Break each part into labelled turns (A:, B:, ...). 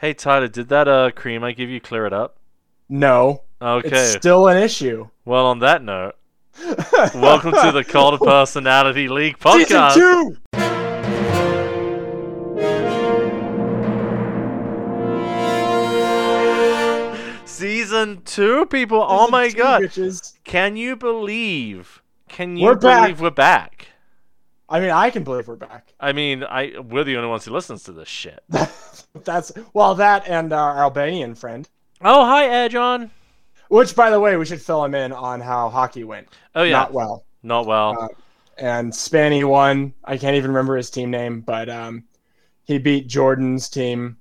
A: Hey Tyler, did that uh cream I give you clear it up?
B: No, it's
A: Okay.
B: still an issue.
A: Well, on that note, welcome to the Call to Personality League
B: season
A: podcast.
B: two.
A: Season two, people. oh
B: Season
A: my
B: two,
A: god!
B: bitches.
A: Can you believe? Can you
B: We're back.
A: believe we're back?
B: I mean, I can believe we're back.
A: I mean, I we're the only ones who listens to this shit.
B: That's well, that and our Albanian friend.
A: Oh hi, Air John.
B: Which, by the way, we should fill him in on how hockey went.
A: Oh yeah,
B: Not
A: not,
B: well.
A: well.
B: Uh, And Spanny won. I can't even remember his team name, but um, he beat Jordan's team.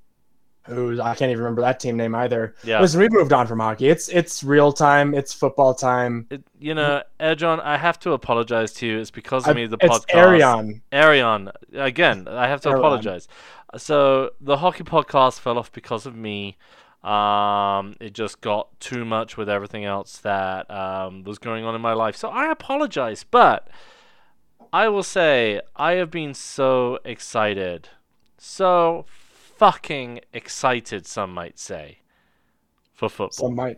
B: Who I can't even remember that team name either.
A: yeah,
B: Listen, we moved on from hockey. It's it's real time. It's football time.
A: It- you know, Air John, I have to apologize to you. It's because of
B: I-
A: me. The
B: it's
A: podcast.
B: Arion.
A: Arion, again, I have to
B: Arion.
A: apologize. So the hockey podcast fell off because of me. Um, it just got too much with everything else that um, was going on in my life. So I apologize, but I will say I have been so excited, so fucking excited, some might say, for football.
B: Some might.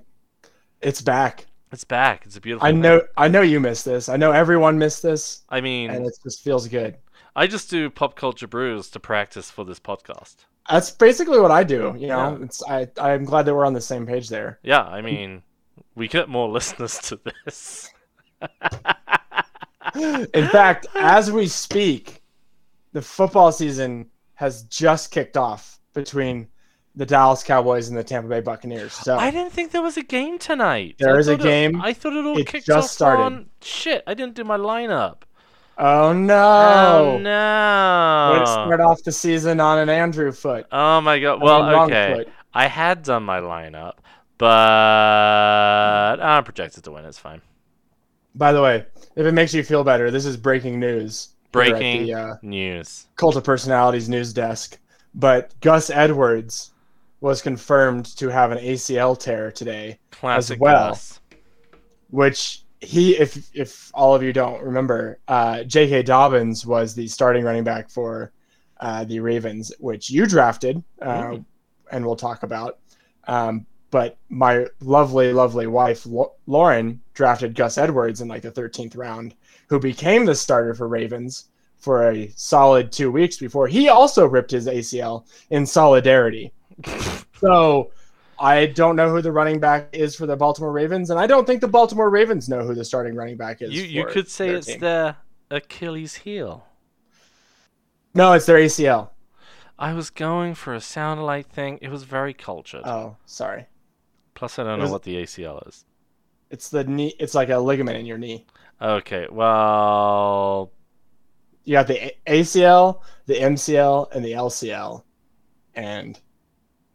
B: It's back.
A: It's back. It's a beautiful.
B: I
A: thing.
B: know. I know you missed this. I know everyone missed this,
A: I mean,
B: and it just feels good.
A: I just do pop culture brews to practice for this podcast.
B: That's basically what I do. You know,
A: Yeah.
B: it's I. I'm glad that we're on the same page there.
A: Yeah, I mean, we get more listeners to this.
B: In fact, as we speak, the football season has just kicked off between the Dallas Cowboys and the Tampa Bay Buccaneers. So
A: I didn't think there was a game tonight.
B: There
A: I
B: is a
A: thought it-
B: game.
A: I thought it all
B: It
A: kicked
B: just
A: off
B: started.
A: on. Shit, I didn't do my lineup.
B: oh
A: Oh,
B: no, Way to start
A: no.
B: off the season on an Andrew foot.
A: Oh my god.
B: I mean,
A: Well,
B: wrong
A: okay.
B: foot.
A: I had done my lineup, but I'm projected to win. It's fine.
B: By the way, if it makes you feel better, this is breaking news. here at
A: Breaking
B: the uh,
A: news.
B: Cult of Personalities news desk. But Gus Edwards was confirmed to have an ACL tear today.
A: Classic
B: well.
A: Gus.
B: which he if if all of you don't remember uh jk dobbins was the starting running back for uh the ravens which you drafted uh,
A: Mm.
B: and we'll talk about um but my lovely lovely wife Lo- lauren drafted gus edwards in like the 13th round who became the starter for ravens for a solid two weeks before he also ripped his acl in solidarity so I don't know who the running back is for the Baltimore Ravens, and I don't think the Baltimore Ravens know who the starting running back is.
A: You you
B: for
A: could say
B: their
A: it's
B: team.
A: their Achilles heel.
B: no, it's their ACL.
A: I was going for a sound alike thing. It was very cultured.
B: Oh, sorry,
A: Plus, I don't
B: It
A: know
B: was-
A: what the ACL is.
B: it's the knee. It's like a ligament in your knee.
A: Okay, well,
B: You got the A- ACL, the MCL, and the LCL, and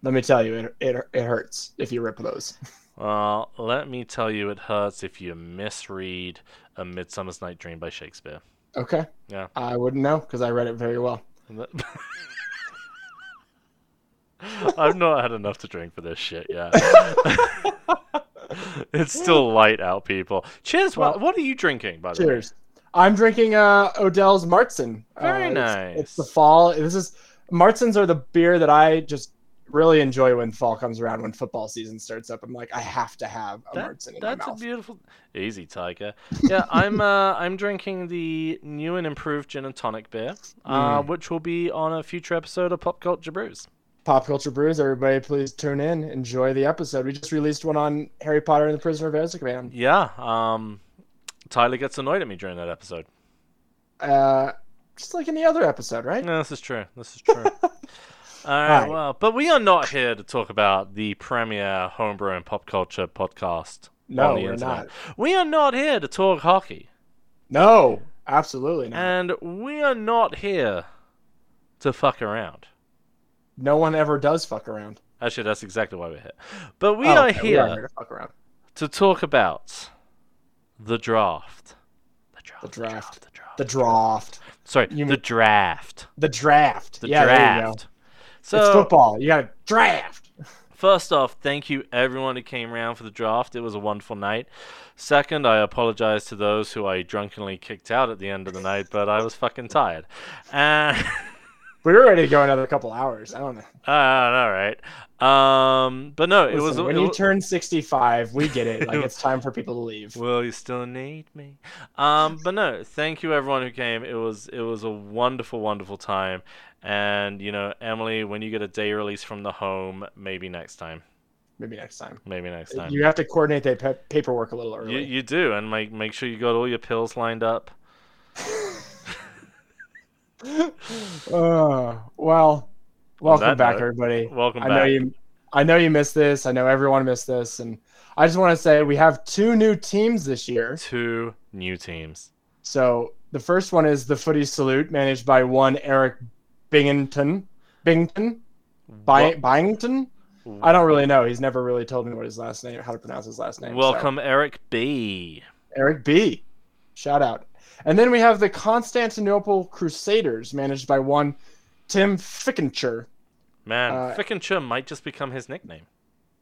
B: let me tell you, it it, it hurts if you rip those.
A: well, let me tell you, it hurts if you misread A Midsummer's Night Dream by Shakespeare.
B: Okay.
A: Yeah.
B: I wouldn't know because I read it very well.
A: I've not had enough to drink for this shit yet. it's still light out, people. Cheers. what,
B: Well-
A: what are you drinking, by the way?
B: Cheers. I'm drinking uh, Odell's Martzen.
A: Very
B: uh,
A: nice.
B: It's, it's the fall. This is Martzens are the beer that I just really enjoy when fall comes around, when football season starts up. I'm like, I have to have a
A: That-
B: Martzen in my
A: That's a
B: mouth.
A: beautiful, easy tiger. Yeah, I'm uh, I'm drinking the new and improved gin and tonic beer, uh,
B: Hmm.
A: which will be on a future episode of Pop Culture Brews.
B: Pop culture brews, everybody, please tune in, enjoy the episode. We just released one on Harry Potter and the Prisoner of Azkaban.
A: Yeah. Um, Tyler gets annoyed at me during that episode.
B: Uh, just like any other episode, right?
A: No, this is true. This is true. All right,
B: Alright.
A: Well, but we are not here to talk about the premier homebrew and pop culture podcast.
B: No,
A: on the
B: we're
A: internet. We are not here to talk hockey,
B: No, absolutely not.
A: and we are not here to fuck around.
B: no one ever does fuck around.
A: Actually, that's exactly why we're here. But we
B: Oh,
A: are
B: okay,
A: here
B: We are here to fuck around.
A: to talk about the draft. The draft.
B: The draft.
A: The draft.
B: The draft.
A: Sorry,
B: You
A: the
B: mean-
A: draft.
B: The draft.
A: The
B: yeah, There you go.
A: draft. So,
B: it's football. You got to draft.
A: first off, thank you everyone who came around for the draft. It was a wonderful night. Second, I apologize to those who I drunkenly kicked out at the end of the night, but I was fucking tired. And
B: we were ready to go another couple hours. I don't know.
A: Uh, all right. Um, but no, it was
B: Listen, when
A: it
B: you
A: wa-
B: turn 65, we get it. Like it's time for people to leave.
A: Will you still need me? Um, but no, thank you everyone who came. It was it was a wonderful, wonderful time. And you know, Emily, when you get a day release from the home, maybe next time.
B: Maybe next time.
A: Maybe next time. You,
B: You have to coordinate that pa- paperwork a little
A: you,
B: early.
A: do, and make make sure you got all your pills lined up.
B: Uh, well, welcome
A: that
B: back,
A: note,
B: everybody.
A: Welcome
B: I
A: back.
B: know you. I know you missed this. I know everyone missed this, and I just want to say we have two new teams this year.
A: Two new teams.
B: So the first one is the Footy Salute, managed by one Eric Bingington. Bington? By- Byington?
A: Wel-
B: I don't really know. He's never really told me what his last name, how to pronounce his last name. so-
A: Welcome, Eric B.
B: Eric B. Shout out. And then we have the Constantinople Crusaders, managed by one Tim Fickencher.
A: Man,
B: Uh,
A: frickin' chum might just become his nickname.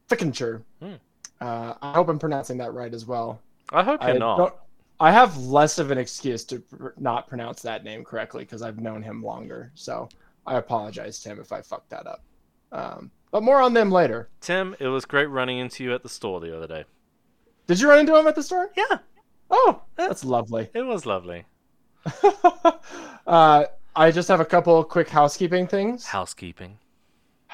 B: Fickencher.
A: Hmm.
B: Uh, I hope I'm pronouncing that right as well.
A: I hope you're
B: I
A: not.
B: don't- I have less of an excuse to pr- not pronounce that name correctly because I've known him longer. So I apologize to him if I fucked that up. Um, but more on them later.
A: Tim, it was great running into you at the store the other day.
B: Did you run into him at the store?
A: Yeah,
B: Oh, that's lovely.
A: it was lovely.
B: uh, I just have a couple quick housekeeping things.
A: Housekeeping.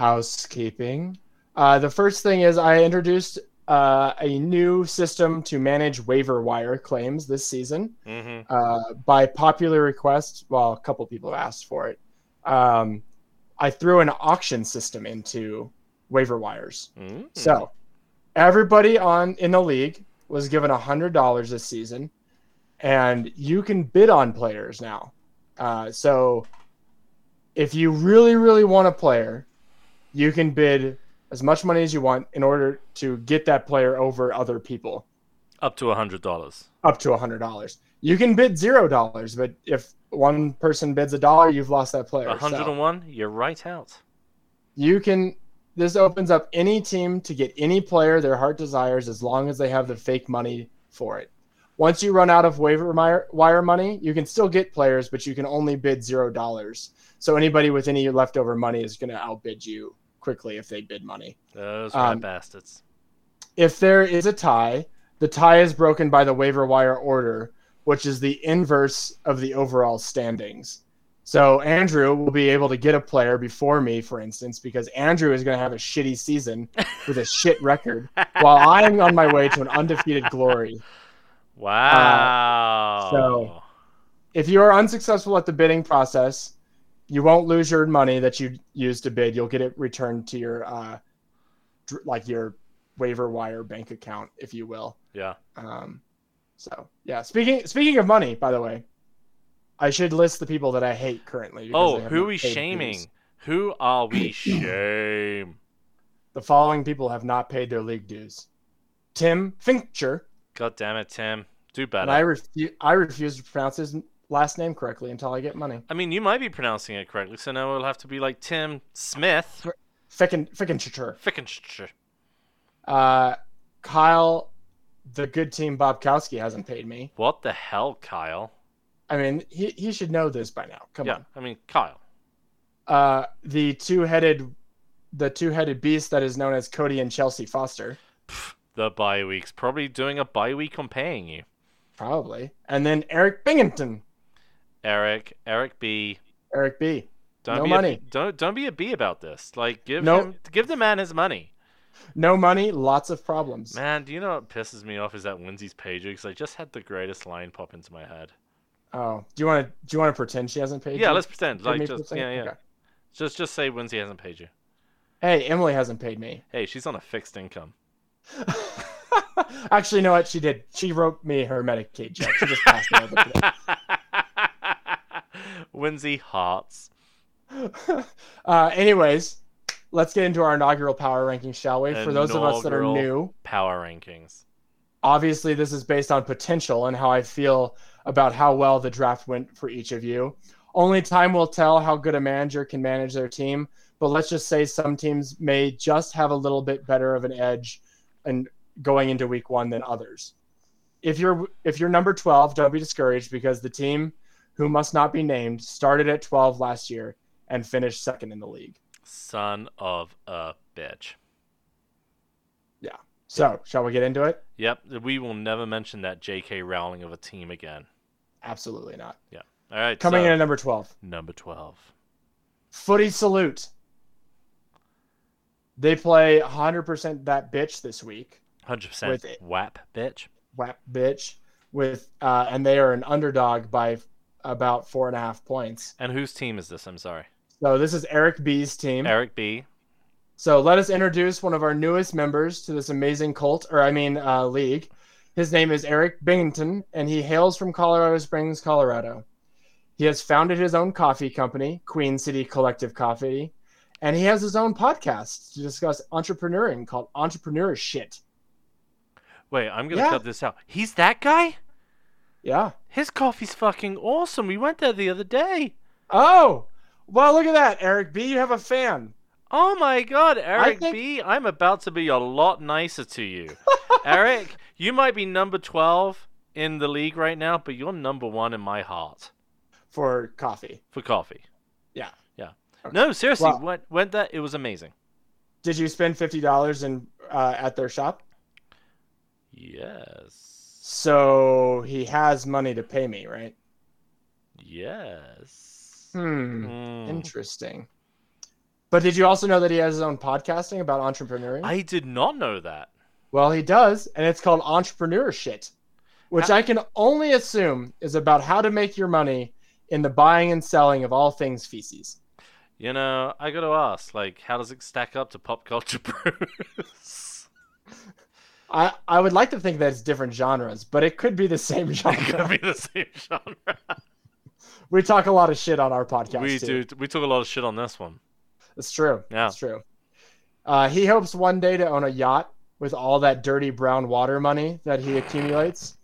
B: housekeeping. Uh, the first thing is I introduced uh, a new system to manage waiver wire claims this season
A: Mm-hmm.
B: uh, by popular request. Well, a couple people have asked for it. Um, I threw an auction system into waiver wires.
A: Mm.
B: So everybody on in the league was given hundred dollars this season, and you can bid on players now. Uh, so if you really, really want a player, you can bid as much money as you want in order to get that player over other people
A: up to a hundred dollars.
B: up to hundred dollars. You can bid zero dollars, but if one person bids a dollar, you've lost that player.
A: A hundred
B: So-
A: and one, you're right out.
B: you can this opens up any team to get any player their heart desires as long as they have the fake money for it once you run out of waiver mi- wire money you can still get players but you can only bid zero dollars so anybody with any leftover money is going to outbid you quickly if they bid money
A: Those
B: Um,
A: rat bastards.
B: if there is a tie the tie is broken by the waiver wire order which is the inverse of the overall standings so Andrew will be able to get a player before me, for instance, because Andrew is going to have a shitty season with a shit record, while I'm on my way to an undefeated glory.
A: Wow.
B: so- If you are unsuccessful at the bidding process, you won't lose your money that you used to bid. You'll get it returned to your, uh, dr- like your waiver wire bank account, if you will.
A: yeah.
B: Um, so yeah. Speaking speaking of money, by the way, I should list the people that I hate currently. because
A: Oh,
B: they have
A: who
B: not
A: we
B: paid dues.
A: shaming? Who are we shame?
B: The following people have not paid their league dues: Tim Fincher,
A: God damn it, Tim. Do
B: and
A: better.
B: I
A: I,
B: refuse I refuse to pronounce his last name correctly until I get money.
A: mean, you might be pronouncing it correctly, so now we'll have to be like Tim Smith.
B: Ficken Fickencher.
A: Fickenstr.
B: Uh, Kyle, the good team Bobkowski hasn't paid me.
A: What the hell, Kyle?
B: I mean, he he should know this by now. Come
A: yeah,
B: on.
A: I mean Kyle.
B: Uh, the two headed, the two headed beast that is known as Cody and Chelsea Foster.
A: Pff, the bye weeks probably doing a bye week on paying you.
B: Probably. And then Eric Binghamton,
A: Eric, Eric B,
B: Eric B.
A: Don't
B: No
A: be
B: money.
A: A, don't don't be a bee about this. Like give
B: No.
A: him, give the man his money.
B: No money, lots of problems.
A: Man, do you know what pisses me off is that Lindsay's pager because I just had the greatest line pop into my head.
B: Oh, do you want to do you want to pretend she hasn't paid?
A: yeah,
B: you?
A: let's pretend.
B: Give
A: Like
B: me
A: just
B: percent?
A: yeah, yeah.
B: Okay.
A: Just just say Lindsay hasn't paid you.
B: Hey, Emily hasn't paid me.
A: Hey, she's on a fixed income.
B: Actually, you know what? She did. She wrote me her Medicaid check. She just passed it over today.
A: Lindsay hearts.
B: uh, anyways, let's get into our inaugural power rankings, shall we? For those of us that are
A: Inaugural.
B: new,
A: Power rankings.
B: obviously this is based on potential and how I feel about how well the draft went for each of you. Only time will tell how good a manager can manage their team, but let's just say some teams may just have a little bit better of an edge and going into week 1 than others. If you're if you're number 12, don't be discouraged because the team who must not be named started at 12 last year and finished second in the league.
A: Son of a bitch.
B: So, shall we get into it?
A: Yep, we will never mention that J.K. Rowling of a team again.
B: Absolutely not.
A: All right,
B: Coming
A: so,
B: in at number 12,
A: number twelve.
B: Footy Salute. They play 100% that bitch this week.
A: Hundred percent
B: With it.
A: whap, bitch.
B: Whap bitch. With uh, and they are an underdog by f- about four and a half points.
A: And whose team is this? I'm sorry,
B: So this is Eric B's team.
A: Eric B.
B: So let us introduce one of our newest members to this amazing cult, or I mean, uh, league. His name is Eric Bington, and he hails from Colorado Springs, Colorado. He has founded his own coffee company, Queen City Collective Coffee, and he has his own podcast to discuss entrepreneuring called Entrepreneur Shit.
A: Wait, I'm gonna
B: Yeah.
A: cut this out. He's that guy.
B: Yeah.
A: His coffee's fucking awesome. We went there the other day.
B: Oh, well, look at that, Eric B. You have a fan.
A: Oh my god, Eric
B: think-
A: B, I'm about to be a lot nicer to you. Eric, you might be number 12 in the league right now, but you're number 1 in my heart
B: for coffee.
A: for coffee.
B: Yeah.
A: Yeah.
B: Okay.
A: No, seriously,
B: Well-
A: went went there, it was amazing.
B: Did you spend fifty dollars in uh, at their shop?
A: Yes.
B: So he has money to pay me, right?
A: Yes.
B: Hmm.
A: Mm.
B: Interesting. But did you also know that he has his own podcasting about entrepreneuring?
A: I did not know that.
B: well, he does, and it's called Entrepreneur Shit, which I can only assume is about how to make your money in the buying and selling of all things feces.
A: You know, I got to ask, like how does it stack up to pop culture brews?
B: I, I would like to think that it's different genres, but it could be the same
A: it could
B: genre.
A: be the same genre.
B: we talk a lot of shit on our podcast.
A: we
B: too.
A: do we took a lot of shit on this one.
B: It's true.
A: Yeah.
B: It's true. Uh, he hopes one day to own a yacht with all that dirty brown water money that he accumulates.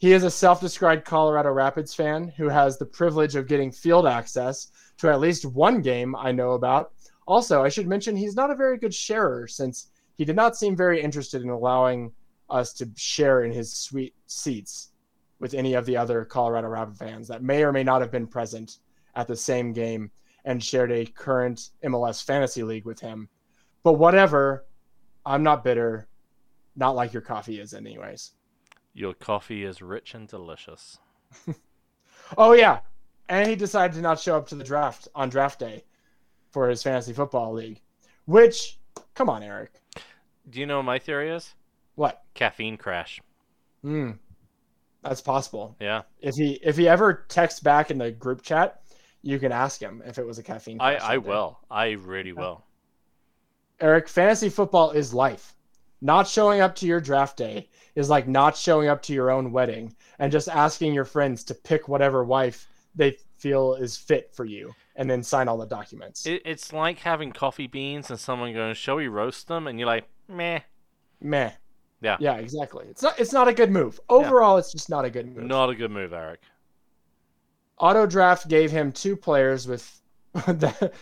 B: He is a self described Colorado Rapids fan who has the privilege of getting field access to at least one game I know about. Also, I should mention he's not a very good sharer since he did not seem very interested in allowing us to share in his sweet seats with any of the other Colorado Rapids fans that may or may not have been present at the same game and shared a current MLS fantasy league with him. But whatever, I'm not bitter. Not like your coffee is, anyways.
A: Your coffee is rich and delicious.
B: Oh, yeah. And he decided to not show up to the draft on draft day for his fantasy football league, which, come on, Eric.
A: Do you know what my theory is?
B: What?
A: Caffeine crash.
B: Hmm. That's possible.
A: Yeah.
B: If he if he ever texts back in the group chat, you can ask him if it was a caffeine.
A: I,
B: crash
A: I
B: that day.
A: will. I really will.
B: Eric, fantasy football is life. Not showing up to your draft day is like not showing up to your own wedding and just asking your friends to pick whatever wife they feel is fit for you and then sign all the documents.
A: It, it's like having coffee beans and someone going, Shall we roast them? And you're like, Meh.
B: Meh.
A: Yeah.
B: Yeah, exactly. It's not it's not a good move. Overall, it's just not a good move.
A: Not a good move, Eric.
B: Auto draft gave him two players with the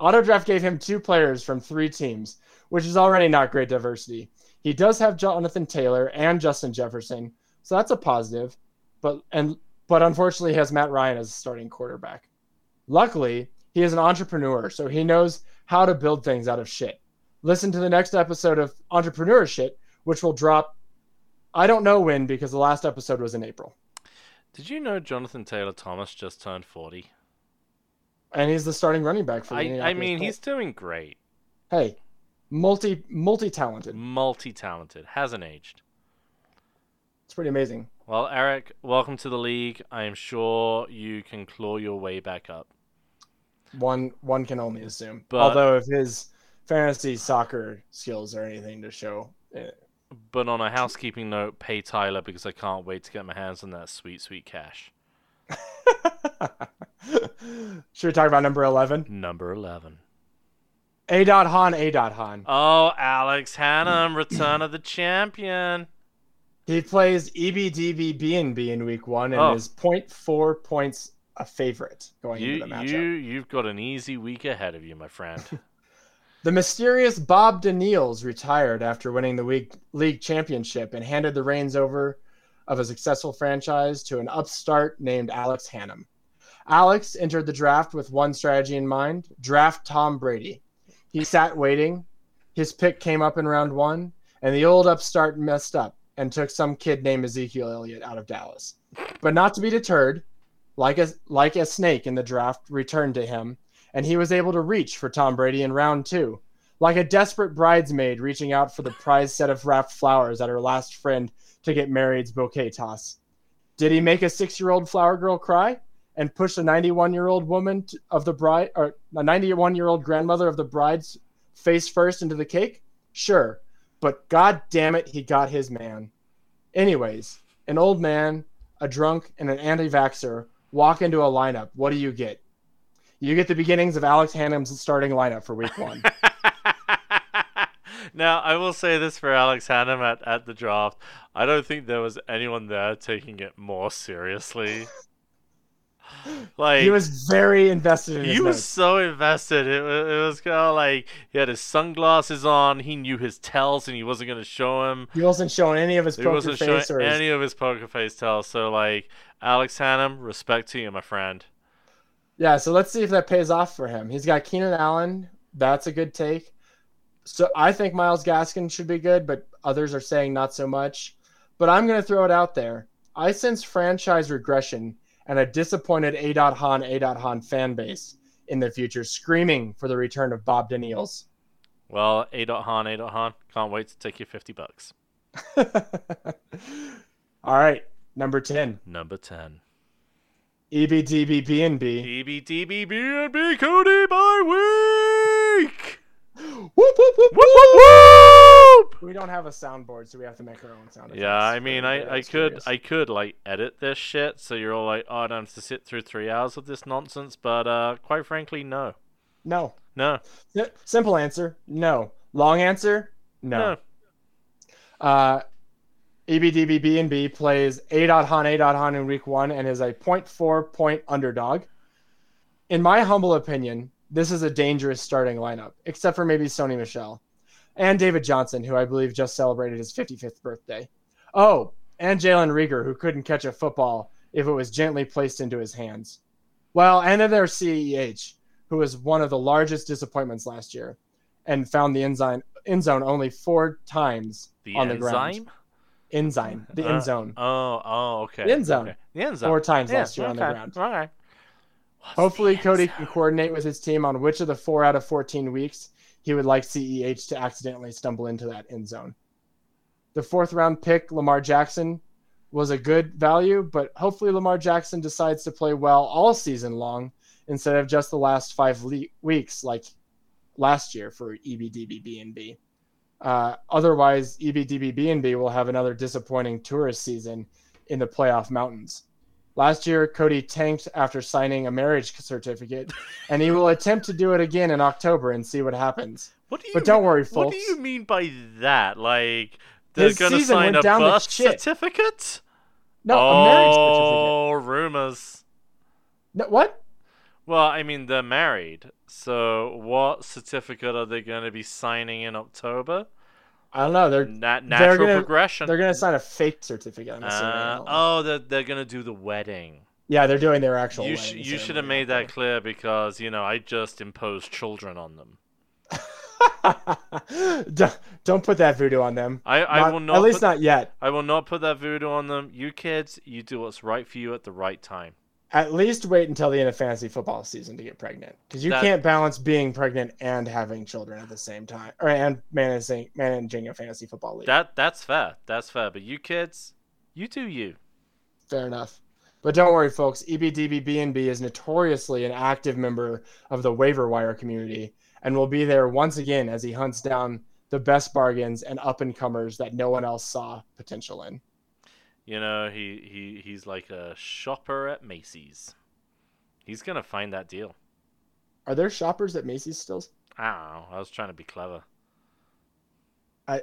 B: Auto draft gave him two players from three teams, which is already not great diversity. He does have Jonathan Taylor and Justin Jefferson, so that's a positive. But and but unfortunately, he has Matt Ryan as a starting quarterback. Luckily, he is an entrepreneur, so he knows how to build things out of shit. Listen to the next episode of Entrepreneur Shit, which will drop. I don't know when because the last episode was in April,
A: Did you know Jonathan Taylor Thomas just turned 40?
B: and he's the starting running back for
A: I,
B: the.
A: I
B: Indianapolis
A: mean,
B: Colts.
A: he's doing great.
B: hey multi multi talented
A: Multi talented. Hasn't aged.
B: it's pretty amazing
A: Well, Eric, welcome to the league. I am sure you can claw your way back up.
B: one one can only assume
A: But-
B: although if his fantasy soccer skills are anything to show eh,
A: But on a housekeeping note, pay Tyler because I can't wait to get my hands on that sweet, sweet cash.
B: should we talk about number 11
A: Number 11.
B: a dot han a dot han
A: Oh, Alex Hannum, Return of the Champion.
B: he plays E ebdb bnb in week one and
A: Oh.
B: is 0.4 points a favorite going
A: You,
B: into the matchup
A: you, you've got an easy week ahead of you, my friend.
B: The mysterious Bob Daniels retired after winning the week, league championship and handed the reins over of a successful franchise to an upstart named Alex Hannum. Alex entered the draft with one strategy in mind draft Tom Brady. He sat waiting. His pick came up in round one, and the old upstart messed up and took some kid named Ezekiel Elliott out of Dallas. But not to be deterred, like a, like a snake in the draft returned to him, and he was able to reach for Tom Brady in round two. Like a desperate bridesmaid reaching out for the prized set of wrapped flowers at her last friend to get married's bouquet toss. Did he make a six year old flower girl cry? and push a 91 year old woman t- of the bride or a 91 year old grandmother of the bride's face first into the cake? Sure, but god damn it, he got his man. Anyways, an old man, a drunk, and an anti vaxxer walk into a lineup. What do you get? You get the beginnings of Alex Hannum's starting lineup for week one.
A: now I will say this for Alex Hannum at, at the draft. I don't think there was anyone there taking it more seriously. like
B: he was very invested in
A: he
B: his
A: was
B: notes.
A: so invested it was, it was kind of like he had his sunglasses on he knew his tells and he wasn't going to show him
B: He wasn't showing any of his
A: he
B: poker
A: wasn't showing
B: face or his
A: any of his poker face tells so like alex hannum respect to you my friend
B: Yeah, so let's see if that pays off for him. He's got Keenan Allen. That's a good take. So I think Miles Gaskin should be good, but others are saying not so much. But I'm going to throw it out there. I sense franchise regression and a disappointed A. Han, A. Han fan base in the future, screaming for the return of Bob Daniels.
A: well a dot han a dot han can't wait to take your 50 bucks
B: All right, number E 10,
A: number 10
B: EBDBBNB.
A: dbdbbnb cody by week
B: Whoop, whoop, whoop.
A: whoop, whoop, whoop!
B: We don't have a soundboard, so we have to make our own sound effects.
A: Yeah, I
B: for
A: mean,
B: everybody
A: I, I
B: that's
A: could
B: curious.
A: I could like edit this shit, so you're all like, oh, I don't have to sit through three hours of this nonsense. But uh, quite frankly, no,
B: No.
A: no,
B: N- Simple answer, no. Long answer, no.
A: no.
B: Uh, EBDBBNB plays A dot Han A dot Han in week one and is a 0.4 point underdog. In my humble opinion, this is a dangerous starting lineup, except for maybe Sony Michelle and David Johnson, who I believe just celebrated his 55th birthday. Oh, and Jalen Rieger, who couldn't catch a football if it was gently placed into his hands. Well, and then there's CEH, who was one of the largest disappointments last year and found the enzyme, end zone only four times
A: The
B: on the ground
A: enzyme.
B: enzyme, the
A: Uh,
B: end zone.
A: Oh, oh, okay.
B: The end zone.
A: okay. The end zone.
B: Four times
A: Yeah,
B: last year on the
A: okay,
B: ground.
A: Okay. What's the
B: Hopefully,
A: end
B: Cody
A: zone?
B: can coordinate with his team on which of the four out of 14 weeks he would like CEH to accidentally stumble into that end zone. The fourth round pick, Lamar Jackson, was a good value, but hopefully, Lamar Jackson decides to play well all season long instead of just the last five le- weeks like last year for E EBDBBNB. Uh, otherwise, EBDBBNB will have another disappointing tourist season in the playoff mountains. Last year, Cody tanked after signing a marriage certificate, and he will attempt to do it again in October and see what happens.
A: What do you?
B: But don't worry,
A: What do
B: folks.
A: you mean by that? Like they're
B: His
A: gonna
B: season
A: sign
B: went
A: a
B: down the
A: birth
B: shit.
A: certificate?
B: No, a marriage certificate.
A: oh, rumors.
B: No, what?
A: Well, I mean, they're married. So, what certificate are they going to be signing in October?
B: I don't know. They're
A: Na- natural
B: gonna-
A: progression.
B: they're gonna sign a fake certificate. I'm assuming. I
A: Uh,
B: don't know.
A: oh, they're, they're going to do the wedding.
B: yeah, they're doing their actual.
A: you
B: wedding
A: sh- you should have
B: ceremony
A: made
B: out
A: that clear because, you know, I just imposed children on them.
B: there. don't, don't put that voodoo on them.
A: I, I will not
B: At least
A: put,
B: not yet.
A: I will not put that voodoo on them. You kids, you do what's right for you at the right time.
B: At least wait until the end of fantasy football season to get pregnant, because you
A: That-
B: can't balance being pregnant and having children at the same time, or and managing managing a fantasy football league.
A: That that's fair. That's fair. But you kids, you do you.
B: Fair enough. But don't worry, folks. E EBDBBNB is notoriously an active member of the waiver wire community and will be there once again as he hunts down the best bargains and up and comers that no one else saw potential in.
A: You know, he, he he's like a shopper at Macy's. He's gonna find that deal.
B: Are there shoppers at Macy's still?
A: I don't know. I was trying to be clever.
B: I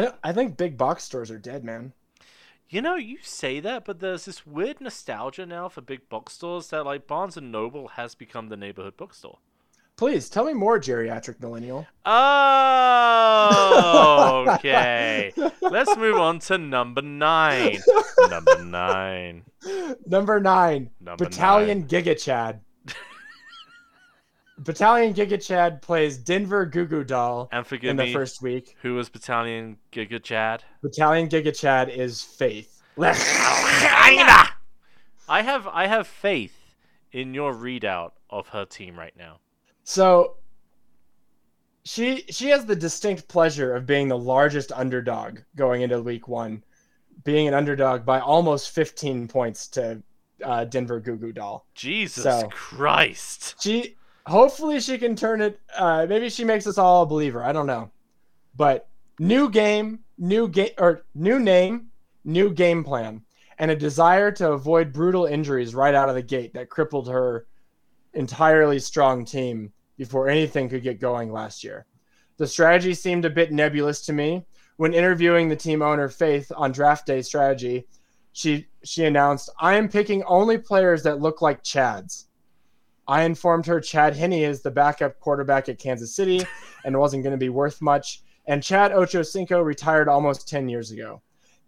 B: don't. I think big box stores are dead, man.
A: You know, you say that, but there's this weird nostalgia now for big box stores that like Barnes and Noble has become the neighborhood bookstore.
B: Please tell me more, geriatric millennial.
A: Oh, okay. Let's move on to number nine. Number nine.
B: Number nine,
A: Number
B: Battalion
A: nine.
B: Giga Chad. Battalion Giga Chad plays Denver Goo Goo Doll
A: And
B: in
A: forgive
B: the
A: me.
B: first week.
A: Who was Battalion Giga Chad?
B: Battalion Giga Chad is Faith.
A: I have I have faith in your readout of her team right now.
B: So she she has the distinct pleasure of being the largest underdog going into week one, being an underdog by almost 15 points to uh, Denver Goo Goo Doll.
A: Jesus
B: So-
A: Christ.
B: She hopefully she can turn it. Uh, maybe she makes us all a believer. I don't know, but new game, new game or new name, new game plan, and a desire to avoid brutal injuries right out of the gate that crippled her entirely strong team before anything could get going last year. The strategy seemed a bit nebulous to me. When interviewing the team owner Faith on draft day strategy, she she announced, "I am picking only players that look like Chads." I informed her Chad Henney is the backup quarterback at Kansas City and wasn't going to be worth much. And Chad Ochocinco retired almost 10 years ago.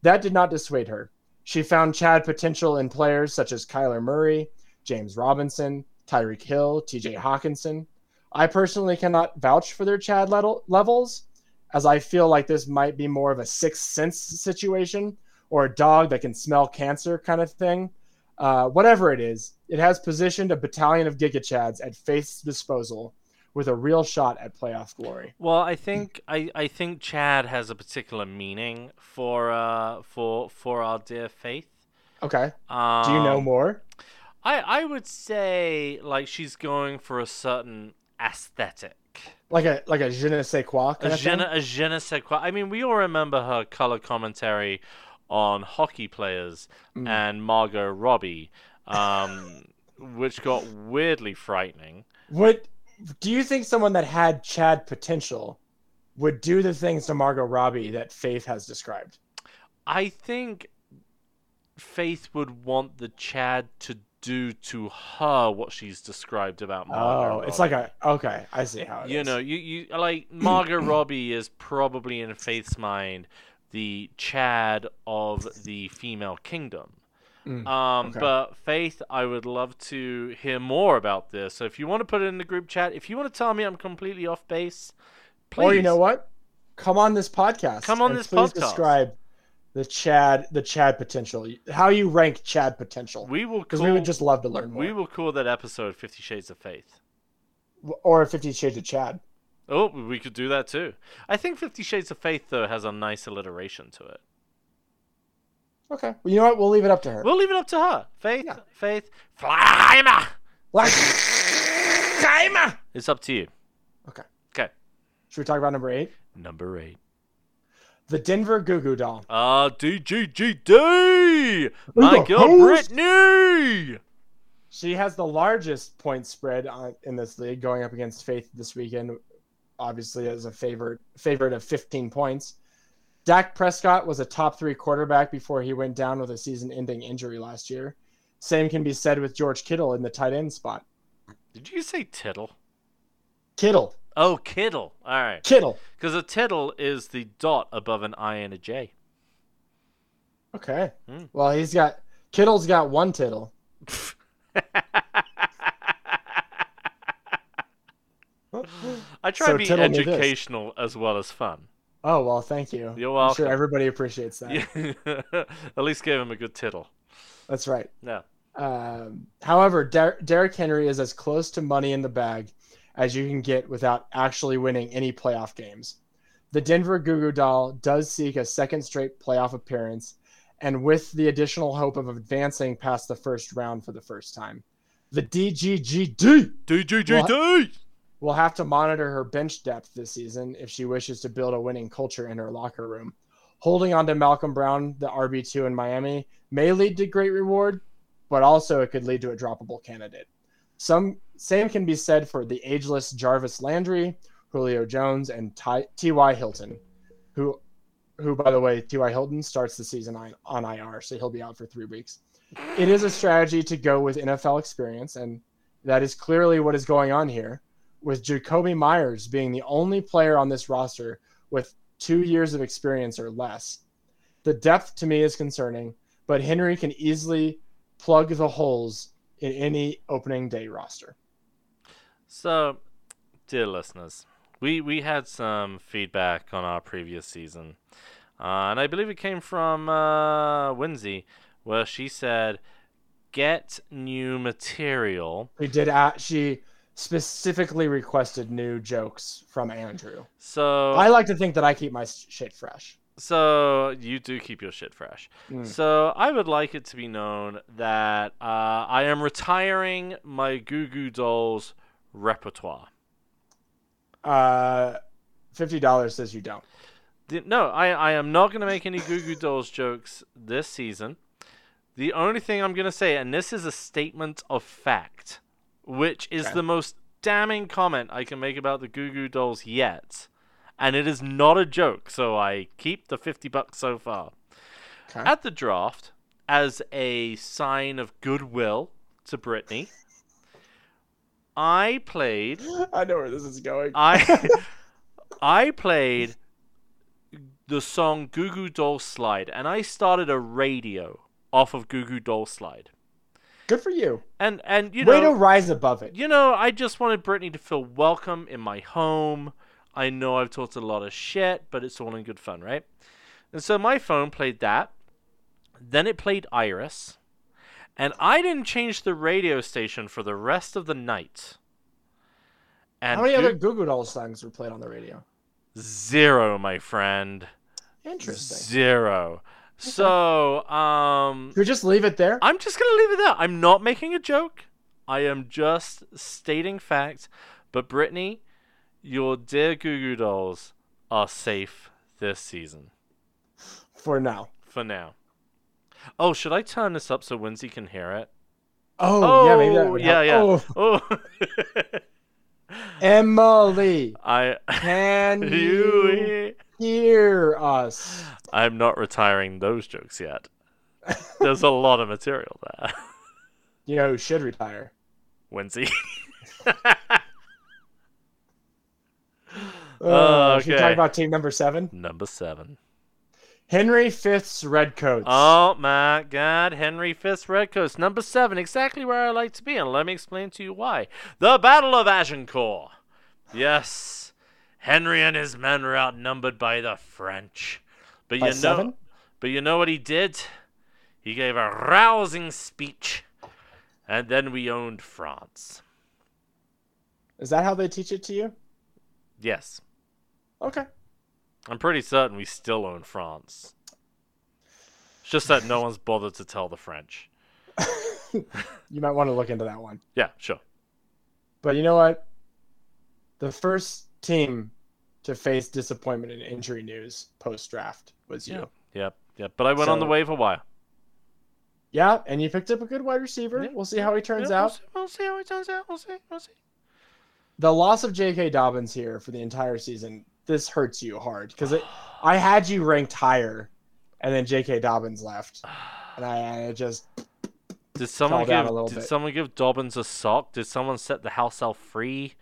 B: That did not dissuade her. She found Chad potential in players such as Kyler Murray, James Robinson, Tyreek Hill, TJ Hawkinson. I personally cannot vouch for their Chad level- levels, as I feel like this might be more of a sixth sense situation or a dog that can smell cancer kind of thing. Uh, whatever it is, it has positioned a battalion of Gigachads at Faith's disposal with a real shot at playoff glory.
A: Well, I think I, I think Chad has a particular meaning for uh for for our dear Faith.
B: Okay.
A: Um,
B: Do you know more?
A: I I would say like she's going for a certain aesthetic.
B: Like a like a je ne sais quoi kind
A: A
B: of thing?
A: je, ne- a je ne sais quoi. I mean, we all remember her color commentary on hockey players
B: Mm.
A: and Margot Robbie, um, which got weirdly frightening.
B: Would do you think someone that had Chad potential would do the things to Margot Robbie that Faith has described?
A: I think Faith would want the Chad to do to her what she's described about Margot.
B: Oh, it's like a okay. I see how it
A: you
B: is.
A: know, you you like Margot Robbie is probably in Faith's mind the Chad of the female kingdom.
B: Mm,
A: um,
B: okay.
A: but Faith, I would love to hear more about this. So if you want to put it in the group chat, if you want to tell me I'm completely off base, please.
B: Or you know what? Come on this podcast.
A: Come on
B: and
A: this
B: please
A: podcast.
B: Describe the Chad the Chad potential. How you rank Chad potential?
A: we will
B: Because
A: call,
B: we would just love to learn more.
A: we will call that episode Fifty Shades of Faith.
B: or Fifty Shades of Chad.
A: Oh, we could do that too. I think Fifty Shades of Faith though has a nice alliteration to it.
B: Okay. Well, you know what? We'll leave it up to her.
A: We'll leave it up to her. Faith,
B: Yeah.
A: Faith, Flyma.
B: Like-
A: It's up to you.
B: Okay.
A: Okay.
B: Should we talk about number eight?
A: Number eight.
B: The Denver Goo Goo Doll.
A: Ah, DGGD. My
B: the
A: girl
B: hose?
A: Brittany.
B: She has the largest point spread on, in this league, going up against Faith this weekend. Obviously, as a favorite, favorite of 15 points. Dak Prescott was a top three quarterback before he went down with a season-ending injury last year. Same can be said with George Kittle in the tight end spot.
A: Did you say tittle?
B: Kittle,
A: Oh, Kittle. All right.
B: Kittle.
A: Because a tittle is the dot above an I and a J.
B: Okay.
A: Hmm.
B: Well, he's got Kittle's got one tittle. Oh,
A: I try
B: So
A: to be
B: tittle me this.
A: educational as well as fun.
B: Oh well, thank you.
A: You're
B: I'm
A: welcome.
B: sure everybody appreciates that.
A: Yeah. At least give him a good tittle.
B: That's right.
A: No.
B: Um, however, Der- Derrick Henry is as close to money in the bag as you can get without actually winning any playoff games. The Denver Goo Goo Doll does seek a second straight playoff appearance, and with the additional hope of advancing past the first round for the first time. The DGGD
A: DGGD!
B: will have to monitor her bench depth this season if she wishes to build a winning culture in her locker room. Holding on to Malcolm Brown, the RB2 in Miami, may lead to great reward, but also it could lead to a droppable candidate. Some same can be said for the ageless Jarvis Landry, Julio Jones, and Ty- T.Y. Hilton, who, who by the way, T.Y. Hilton starts the season on, on IR, so he'll be out for three weeks. It is a strategy to go with NFL experience, and that is clearly what is going on here with Jacoby Myers being the only player on this roster with two years of experience or less. The depth to me is concerning, but Henry can easily plug the holes in any opening day roster.
A: So, dear listeners, we, we had some feedback on our previous season, uh, and I believe it came from uh, Winsy, where she said, "Get new material."
B: We did. a she specifically requested new jokes from Andrew.
A: So
B: I like to think that I keep my shit fresh.
A: So you do keep your shit fresh.
B: Mm.
A: So I would like it to be known that uh, I am retiring my Goo Goo Dolls repertoire.
B: Uh, fifty dollars says you don't.
A: The- no, I, I am not going to make any Goo Goo Dolls jokes this season. The only thing I'm going to say, and this is a statement of fact, which is
B: Okay.
A: the most damning comment I can make about the Goo Goo Dolls yet, and it is not a joke, so I keep the 50 bucks so far.
B: Okay.
A: At the draft, as a sign of goodwill to Brittany, I played
B: I know where this is going.
A: I I played the song Goo Goo Doll Slide and I started a radio off of Goo Goo Doll Slide.
B: Good for you.
A: And and you
B: Way
A: know
B: to rise above it.
A: you know, I just wanted Brittany to feel welcome in my home. I know I've talked a lot of shit, but it's all in good fun, right? And so my phone played that. Then it played Iris. And I didn't change the radio station for the rest of the night. And
B: How many
A: Goo-
B: other Goo Goo Dolls songs were played on the radio?
A: zero, my friend.
B: Interesting.
A: Zero. So, um,
B: Should we just leave it there?
A: I'm just gonna leave it there. I'm not making a joke. I am just stating fact. But Brittany, your dear Goo Goo Dolls are safe this season
B: For now.
A: for now. Oh, should I turn this up so Winsy can hear it?
B: Oh, yeah, maybe that
A: Oh,
B: would
A: yeah,
B: help.
A: Oh,
B: Oh, Emily,
A: I.
B: can you
A: you.
B: hear us?
A: I'm not retiring those jokes yet. There's a lot of material there.
B: You know who should retire?
A: Winsy.
B: Uh, Should we
A: okay.
B: talk about team number seven?
A: Number seven.
B: Henry Fifth's Redcoats.
A: Oh my God, Henry Fifth Redcoats, number seven, exactly where I like to be, and let me explain to you why. The Battle of Agincourt. Yes, Henry and his men were outnumbered by the French, but
B: By
A: you know,
B: seven?
A: but you know what he did? He gave a rousing speech, and then we owned France.
B: Is that how they teach it to you?
A: Yes,
B: Okay.
A: I'm pretty certain we still own France. It's just that no one's bothered to tell the French.
B: You might want to look into that one.
A: Yeah, sure.
B: But you know what? The first team to face disappointment and injury news post draft was you.
A: Yeah. Yep, yep. But I went on the
B: So-
A: wave a while.
B: Yeah, and you picked up a good wide receiver.
A: Yeah.
B: We'll see how he turns
A: Yeah, we'll
B: out.
A: see- We'll see, how it turns out. We'll see. We'll see.
B: The loss of J.K. Dobbins here for the entire season, this hurts you hard because I had you ranked higher, and then J.K. Dobbins left, and I, I just
A: Did someone
B: down
A: give
B: a little
A: Did
B: bit.
A: someone give Dobbins a sock? Did someone set the house elf free?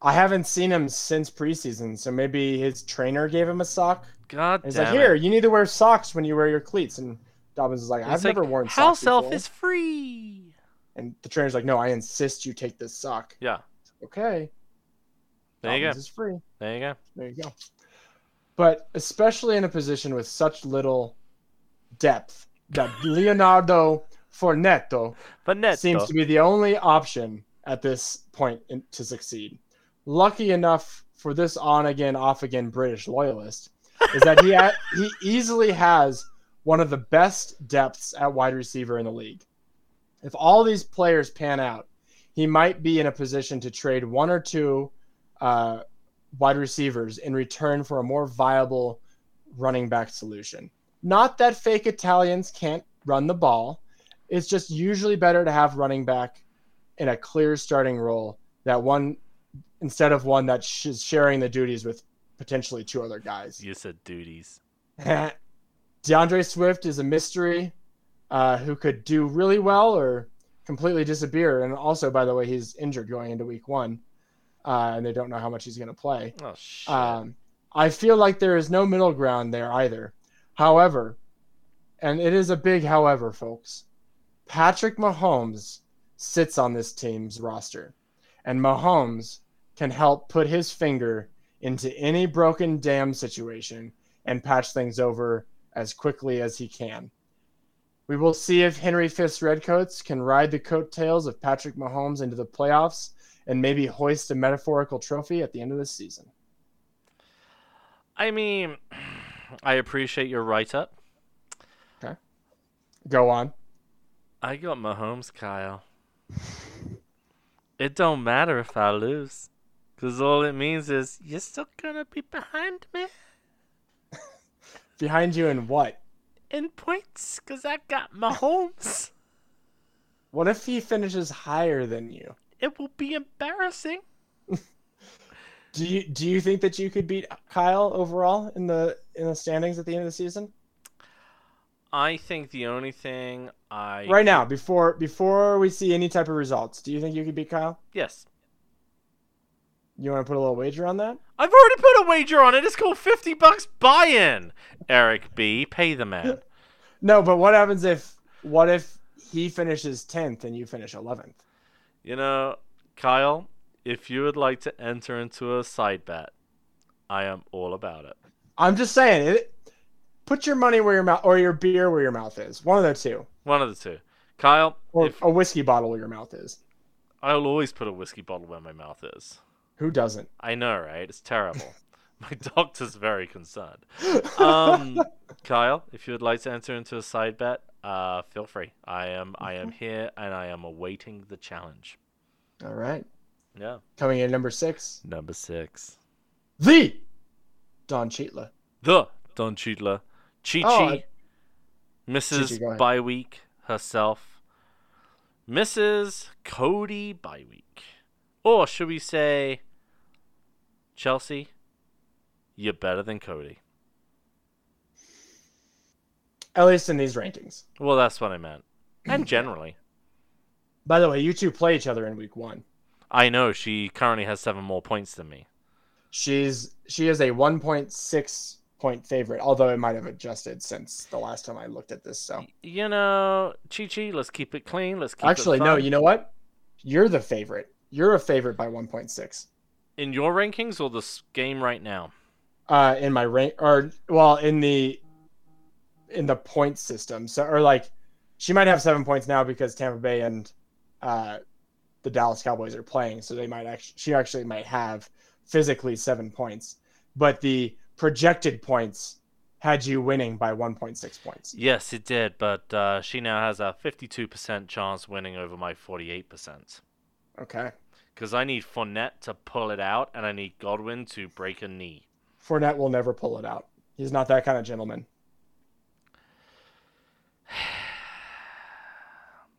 B: I haven't seen him since preseason, so maybe his trainer gave him a sock.
A: God
B: And he's
A: damn
B: like,
A: it!
B: "Here, you need to wear socks when you wear your cleats." And Dobbins is like,
A: It's
B: "I've
A: like,
B: never worn
A: house
B: socks."
A: elf
B: before."
A: is free.
B: And the trainer's like, "No, I insist you take this sock."
A: Yeah.
B: Okay.
A: There you
B: Dobbins
A: go.
B: Is free.
A: There you go.
B: There you go. But especially in a position with such little depth, that Leonardo Fornetto
A: But net
B: seems to be the only option at this point in, to succeed. Lucky enough for this on again, off again British loyalist is that he ha- he easily has one of the best depths at wide receiver in the league. If all these players pan out, he might be in a position to trade one or two uh, wide receivers in return for a more viable running back solution. Not that fake Italians can't run the ball, it's just usually better to have running back in a clear starting role that one instead of one that sh- is sharing the duties with potentially two other guys.
A: you said duties.
B: DeAndre Swift is a mystery uh, who could do really well or completely disappear. And also, by the way, he's injured going into week one, uh, and they don't know how much he's going to play.
A: Oh shit.
B: Um, I feel like there is no middle ground there either. However, and it is a big however, folks, Patrick Mahomes sits on this team's roster, and Mahomes can help put his finger into any broken dam situation and patch things over as quickly as he can. We will see if Henry Fist's Redcoats can ride the coattails of Patrick Mahomes into the playoffs and maybe hoist a metaphorical trophy at the end of the season.
A: I mean, I appreciate your write up.
B: Okay. Go on.
A: I got Mahomes, Kyle. it don't matter if I lose, because all it means is you're still gonna be behind me.
B: Behind you in what?
A: In points, because I got Mahomes.
B: What if he finishes higher than you?
A: It will be embarrassing.
B: Do you do you think that you could beat Kyle overall in the in the standings at the end of the season?
A: I think the only thing I
B: Right now, before before we see any type of results, do you think you could beat Kyle?
A: yes,
B: You want to put a little wager on that?
A: I've already put a wager on it. It's called fifty bucks buy-in. Eric B, pay the man.
B: No, but what happens if what if he finishes 10th and you finish 11th?
A: You know, Kyle, if you would like to enter into a side bet, I am all about it.
B: I'm just saying it put your money where your mouth or your beer where your mouth is. One of the two.
A: One of the two. Kyle,
B: Or
A: if,
B: a whiskey bottle where your mouth is.
A: I'll always put a whiskey bottle where my mouth is.
B: Who doesn't?
A: I know, right? It's terrible. my doctor's very concerned. Um, Kyle, if you would like to enter into a side bet, uh, feel free. I am I
B: Mm-hmm.
A: am here and I am awaiting the challenge.
B: All right.
A: Yeah.
B: Coming in at number 6,
A: Number six.
B: the Don Cheatla.
A: The Don Cheadler. Chi Chi.
B: Oh, I-
A: Mrs.
B: go ahead.
A: Byweek herself. Mrs. Cody Byweek. Or should we say, Chelsea, you're better than Cody.
B: At least in these rankings.
A: Well, that's what I meant. And generally.
B: By the way, you two play each other in week 1.
A: I know she currently has seven more points than me.
B: She's she is a 1.6 point favorite, although it might have adjusted since the last time I looked at this. So
A: You know, Chi Chi, let's keep it clean. Let's keep
B: actually,
A: it
B: no.
A: fun.
B: You know what? You're the favorite. You're a favorite by 1.6.
A: In your rankings or this game right now?
B: Uh, in my rank, or well, in the in the point system. So or like she might have seven points now because Tampa Bay and uh, the Dallas Cowboys are playing, so they might actually she actually might have physically seven points, but the projected points had you winning by 1.6 points.
A: Yes, it did, but uh, she now has a 52% chance winning over my 48%.
B: Okay.
A: because I need Fournette to pull it out, and I need Godwin to break a knee.
B: Fournette will never pull it out. He's not that kind of gentleman.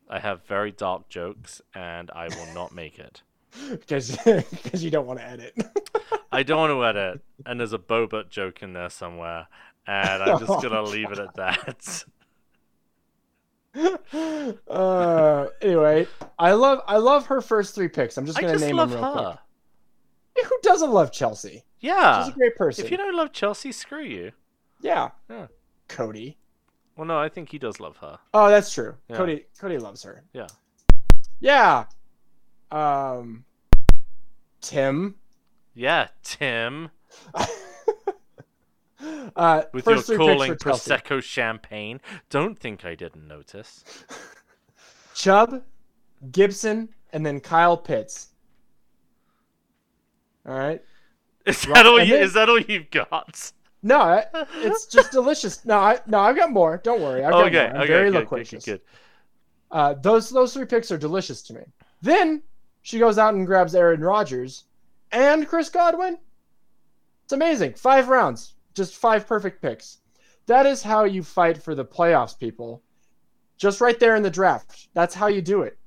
A: I have very dark jokes, and I will not make it.
B: because because you don't want to edit.
A: I don't want to edit, and there's a Bobut joke in there somewhere, and I'm just gonna leave it at that.
B: uh, anyway, I love I love her first three picks. I'm just
A: I
B: gonna
A: just
B: name
A: love
B: them real
A: her.
B: quick. Who doesn't love Chelsea?
A: Yeah.
B: She's a great person.
A: Ah, If you don't love Chelsea, screw you.
B: yeah.
A: Yeah.
B: Cody.
A: Well, no, I think he does love her.
B: Oh, that's true.
A: Yeah.
B: Cody Cody loves her.
A: Yeah.
B: Yeah. Um. Tim.
A: Yeah, Tim,
B: uh,
A: with
B: first
A: your
B: three picks
A: calling
B: for Chelsea.
A: prosecco champagne. Don't think I didn't notice.
B: Chubb, Gibson, and then Kyle Pitts. All right.
A: Is
B: Right,
A: that all?
B: and
A: You,
B: then-
A: is that all you've got?
B: No, I- it's just delicious. No, I no, I've got more. Don't worry. I've got
A: okay,
B: more. I'm
A: okay,
B: very
A: good, good, good,
B: loquacious.
A: good.
B: Uh, those those three picks are delicious to me. Then she goes out and grabs Aaron Rodgers and Chris Godwin. It's amazing. Five rounds, just five perfect picks. That is how you fight for the playoffs, people. Just right there in the draft. That's how you do it.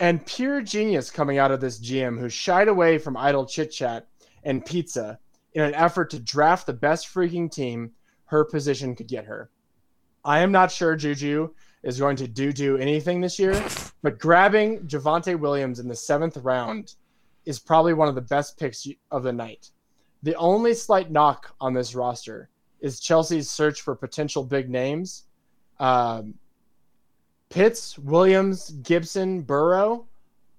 B: And pure genius coming out of this GM who shied away from idle chit chat and pizza in an effort to draft the best freaking team her position could get her. I am not sure Juju is going to do do anything this year, but grabbing Javante Williams in the seventh round is probably one of the best picks you- of the night. The only slight knock on this roster is Chelsea's search for potential big names. Um, Pitts, Williams, Gibson, Burrow,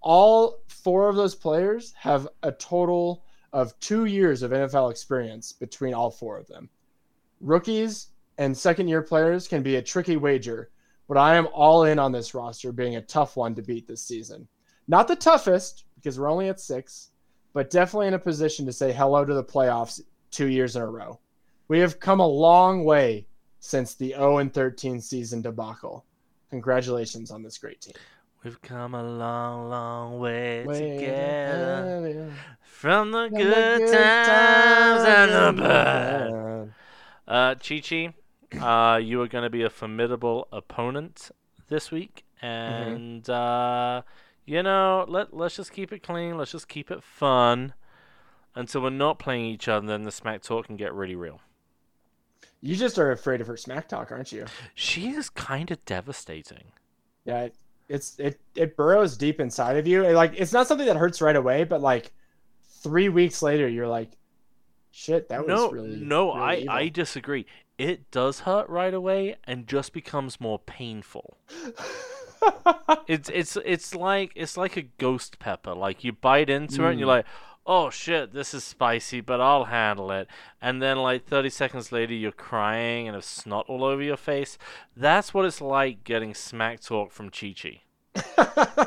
B: all four of those players have a total of two years of NFL experience between all four of them. Rookies and second year players can be a tricky wager, but I am all in on this roster being a tough one to beat this season. Not the toughest, because we're only at six, but definitely in a position to say hello to the playoffs two years in a row. We have come a long way since the 0 and 13 season debacle. Congratulations on this great team.
A: We've come a long, long way, together. From the good, times and the bad. Uh, Chi Chi, uh, you are going to be a formidable opponent this week, and uh, you know let let's just keep it clean. Let's just keep it fun until we're not playing each other. Then the smack talk can get really real.
B: You just are afraid of her smack talk, aren't you?
A: She is kind of devastating.
B: Yeah, it, it's it it burrows deep inside of you. It, like it's not something that hurts right away, but like three weeks later, you're like, shit, that was
A: no,
B: really
A: no,
B: really
A: I
B: evil.
A: I disagree. It does hurt right away and just becomes more painful. It's it's it's like it's like a ghost pepper. Like you bite into it and you're like, "Oh shit, this is spicy, but I'll handle it." And then like 30 seconds later you're crying and have snot all over your face. That's what it's like getting smack talk from Chi Chi.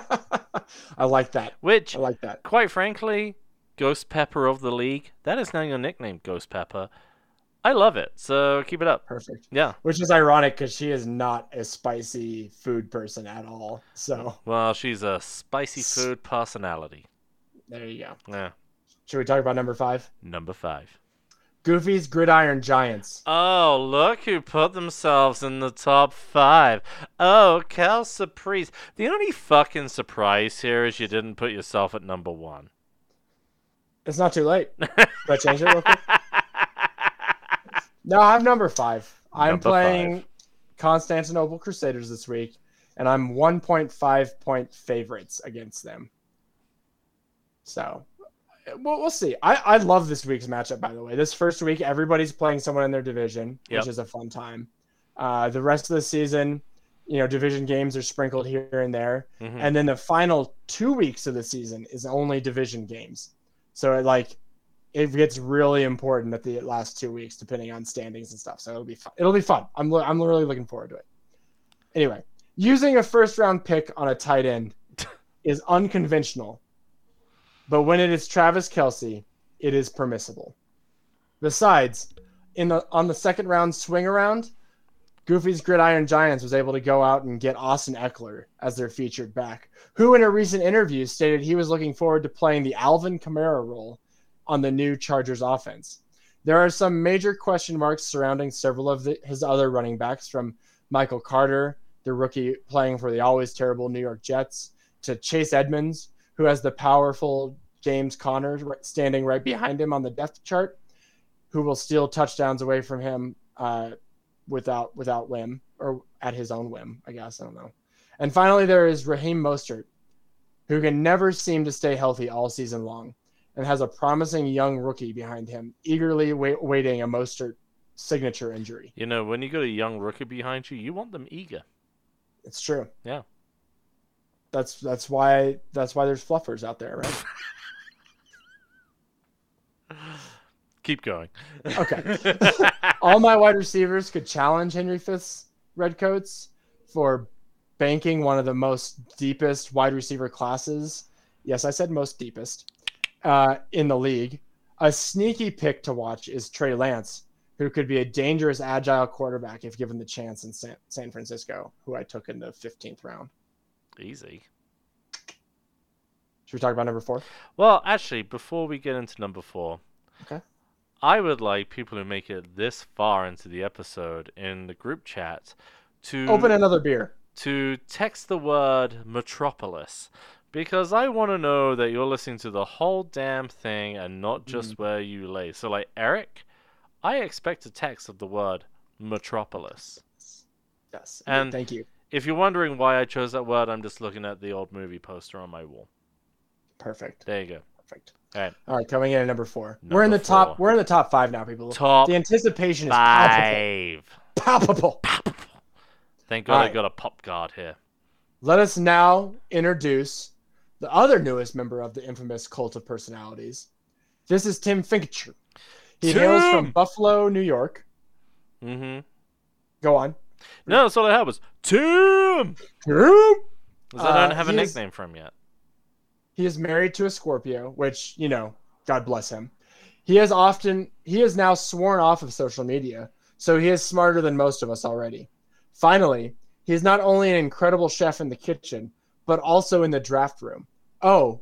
B: I like that.
A: Which
B: I like that.
A: quite frankly, Ghost Pepper of the league, that is now your nickname, Ghost Pepper. I love it. So keep it up.
B: Perfect.
A: Yeah.
B: Which is ironic because she is not a spicy food person at all. So
A: Well, she's a spicy
B: S-
A: food personality.
B: there you go.
A: Yeah.
B: Should we talk about number five?
A: Number 5.
B: Goofy's Gridiron Giants.
A: Oh, look who put themselves in the top five. Oh, Cal Surprise. The only fucking surprise here is you didn't put yourself at number one.
B: It's not too late. Should I change it real quick? No, I'm number five. I'm
A: Number
B: playing Constantinople Crusaders this week, and I'm 1.5 point favorites against them. So, we'll, we'll see. I, I love this week's matchup, by the way. This first week, everybody's playing someone in their division,
A: Yep.
B: which is a fun time. Uh, the rest of the season, you know, division games are sprinkled here and there
A: Mhm.
B: and then the final two weeks of the season is only division games so it like it gets really important at the last two weeks depending on standings and stuff so it'll be fun it'll be fun i'm, li- I'm really looking forward to it anyway using a first round pick on a tight end is unconventional but when it is travis kelsey it is permissible besides in the on the second round swing around Goofy's Gridiron Giants was able to go out and get Austin Eckler as their featured back, who in a recent interview stated he was looking forward to playing the Alvin Kamara role on the new Chargers offense. There are some major question marks surrounding several of the, his other running backs, from Michael Carter, the rookie playing for the always terrible New York Jets, to Chase Edmonds, who has the powerful James Conner ri- standing right behind him on the depth chart, who will steal touchdowns away from him. Uh, without without whim or at his own whim, I guess. I don't know. And finally, there is Raheem Mostert, who can never seem to stay healthy all season long, and has a promising young rookie behind him, eagerly wait, waiting a Mostert signature injury.
A: You know, when you got a young rookie behind you, you want them eager.
B: It's true.
A: Yeah.
B: That's that's why that's why there's fluffers out there, right?
A: Keep going.
B: Okay. all my wide receivers could challenge Henry Fifth's Redcoats for banking one of the most deepest wide receiver classes. Yes, I said most deepest uh, in the league. A sneaky pick to watch is Trey Lance, who could be a dangerous, agile quarterback if given the chance in San, San Francisco, who I took in the 15th round.
A: Easy.
B: Should we talk about number four?
A: Well, actually, before we get into number four,
B: Okay.
A: I would like people who make it this far into the episode in the group chat to
B: Open another beer.
A: to text the word metropolis because I want to know that you're listening to the whole damn thing and not
B: Mm-hmm.
A: just where you lay. So, like Eric, I expect a text of the word metropolis.
B: Yes.
A: And-
B: Thank you.
A: If you're wondering why I chose that word, I'm just looking at the old movie poster on my wall.
B: Perfect.
A: There you go.
B: perfect.
A: All right.
B: All right, coming in at number four.
A: Number
B: we're in the
A: four.
B: top. We're in the top five now, people.
A: Top
B: the anticipation is palpable.
A: five.
B: palpable.
A: Thank God I
B: Alright.
A: got a pop guard here.
B: Let us now introduce the other newest member of the infamous cult of personalities. This is Tim Fincher. He hails
A: Tim!
B: from Buffalo, New York.
A: Mm-hmm.
B: Go on.
A: No, that's all I had was Tim. 'Cause I
B: Uh,
A: don't have a
B: he is-
A: nickname for him yet.
B: He is married to a Scorpio, which, you know, God bless him. He has often he is now sworn off of social media, so he is smarter than most of us already. Finally, he is not only an incredible chef in the kitchen, but also in the draft room. Oh,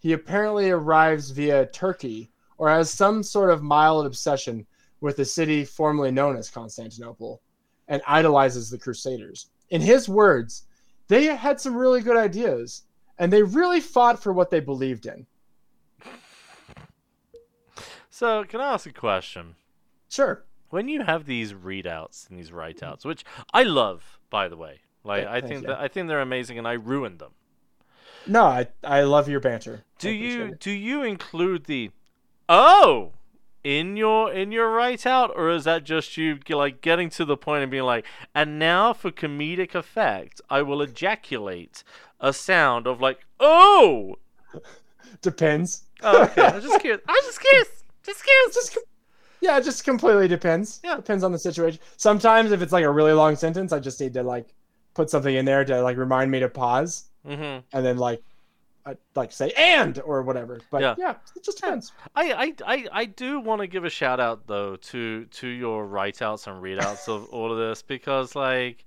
B: he apparently arrives via Turkey or has some sort of mild obsession with the city formerly known as Constantinople and idolizes the Crusaders. In his words, they had some really good ideas and they really fought for what they believed in.
A: So, can I ask a question?
B: Sure.
A: When you have these readouts and these write-outs, which I love, by the way, like
B: Yeah,
A: I
B: thank
A: think
B: you.
A: that I think they're amazing, and I ruined them.
B: No, I, I love your banter.
A: Do
B: I
A: you
B: appreciate it.
A: do you include the oh in your in your write out, or is that just you g- like getting to the point and being like, and now for comedic effect, I will ejaculate a sound of like oh.
B: Depends.
A: oh okay, I'm just curious. I'm just curious. Just curious.
B: Just com- yeah, it just completely depends.
A: Yeah.
B: Depends on the situation. Sometimes if it's like a really long sentence, I just need to like put something in there to like remind me to pause
A: Mm-hmm.
B: and then like I, like say and or whatever. But
A: Yeah.
B: yeah, it just depends.
A: I, I, I, I do want to give a shout out though to to your write outs and readouts of all of this because like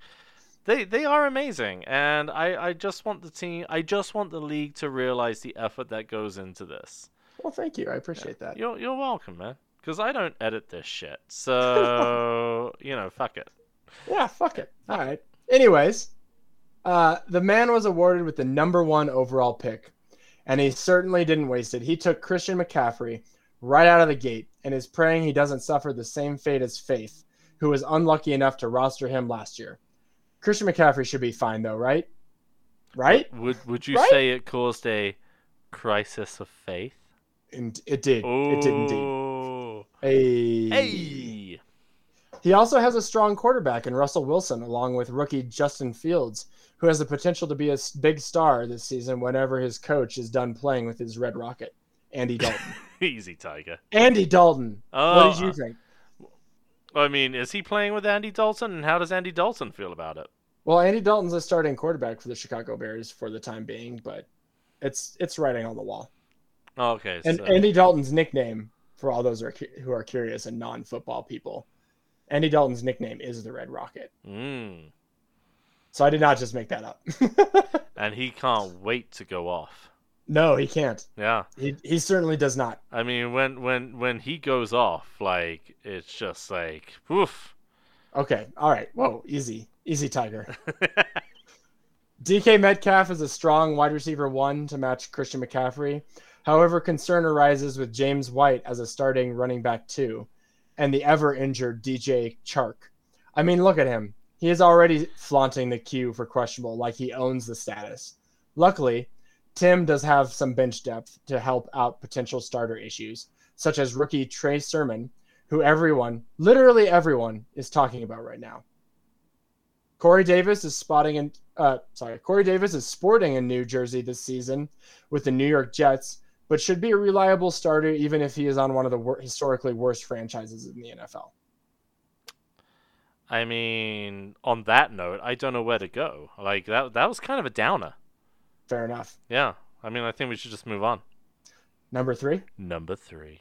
A: they they are amazing and I, I just want the team I just want the league to realize the effort that goes into this.
B: Well, thank you. I appreciate that.
A: You're you're welcome, man. Because I don't edit this shit, so you know, fuck it.
B: Yeah, fuck it. All right. Anyways, uh, the man was awarded with the number one overall pick, and he certainly didn't waste it. He took Christian McCaffrey right out of the gate and is praying he doesn't suffer the same fate as Faith, who was unlucky enough to roster him last year. Christian McCaffrey should be fine, though, right? Right?
A: Would would you
B: Right?
A: say it caused a crisis of faith?
B: And it did.
A: Oh,
B: It did indeed. Hey.
A: Hey,
B: He also has a strong quarterback in Russell Wilson, along with rookie Justin Fields, who has the potential to be a s- big star this season whenever his coach is done playing with his Red Rocket, Andy Dalton.
A: easy tiger.
B: Andy Dalton.
A: Oh,
B: what did you think?
A: I mean, is he playing with Andy Dalton, and how does Andy Dalton feel about it?
B: Well, Andy Dalton's a starting quarterback for the Chicago Bears for the time being, but it's it's writing on the wall.
A: Okay,
B: And
A: so
B: Andy Dalton's nickname for all those who are, cu- who are curious and non-football people, Andy Dalton's nickname is the Red Rocket.
A: mm,
B: So I did not just make that up.
A: and he can't wait to go off.
B: no, he can't.
A: Yeah,
B: He he certainly does not.
A: I mean, when when when he goes off, like it's just like, oof.
B: Okay. All right. Whoa. Easy. Easy, Tiger. DK Metcalf is a strong wide receiver one to match Christian McCaffrey. However, concern arises with James White as a starting running back two and the ever injured DJ Chark. I mean, look at him. He is already flaunting the Q for questionable, like he owns the status. Luckily, Tim does have some bench depth to help out potential starter issues, such as rookie Trey Sermon, who everyone, literally everyone, is talking about right now. Corey Davis is spotting in, uh, sorry, Corey Davis is sporting in New Jersey this season with the New York Jets, but should be a reliable starter even if he is on one of the wor- historically worst franchises in the NFL.
A: I mean, on that note, I don't know where to go. Like that that was kind of a downer.
B: Fair enough.
A: Yeah. I mean, I think we should just move on.
B: Number three,
A: Number 3.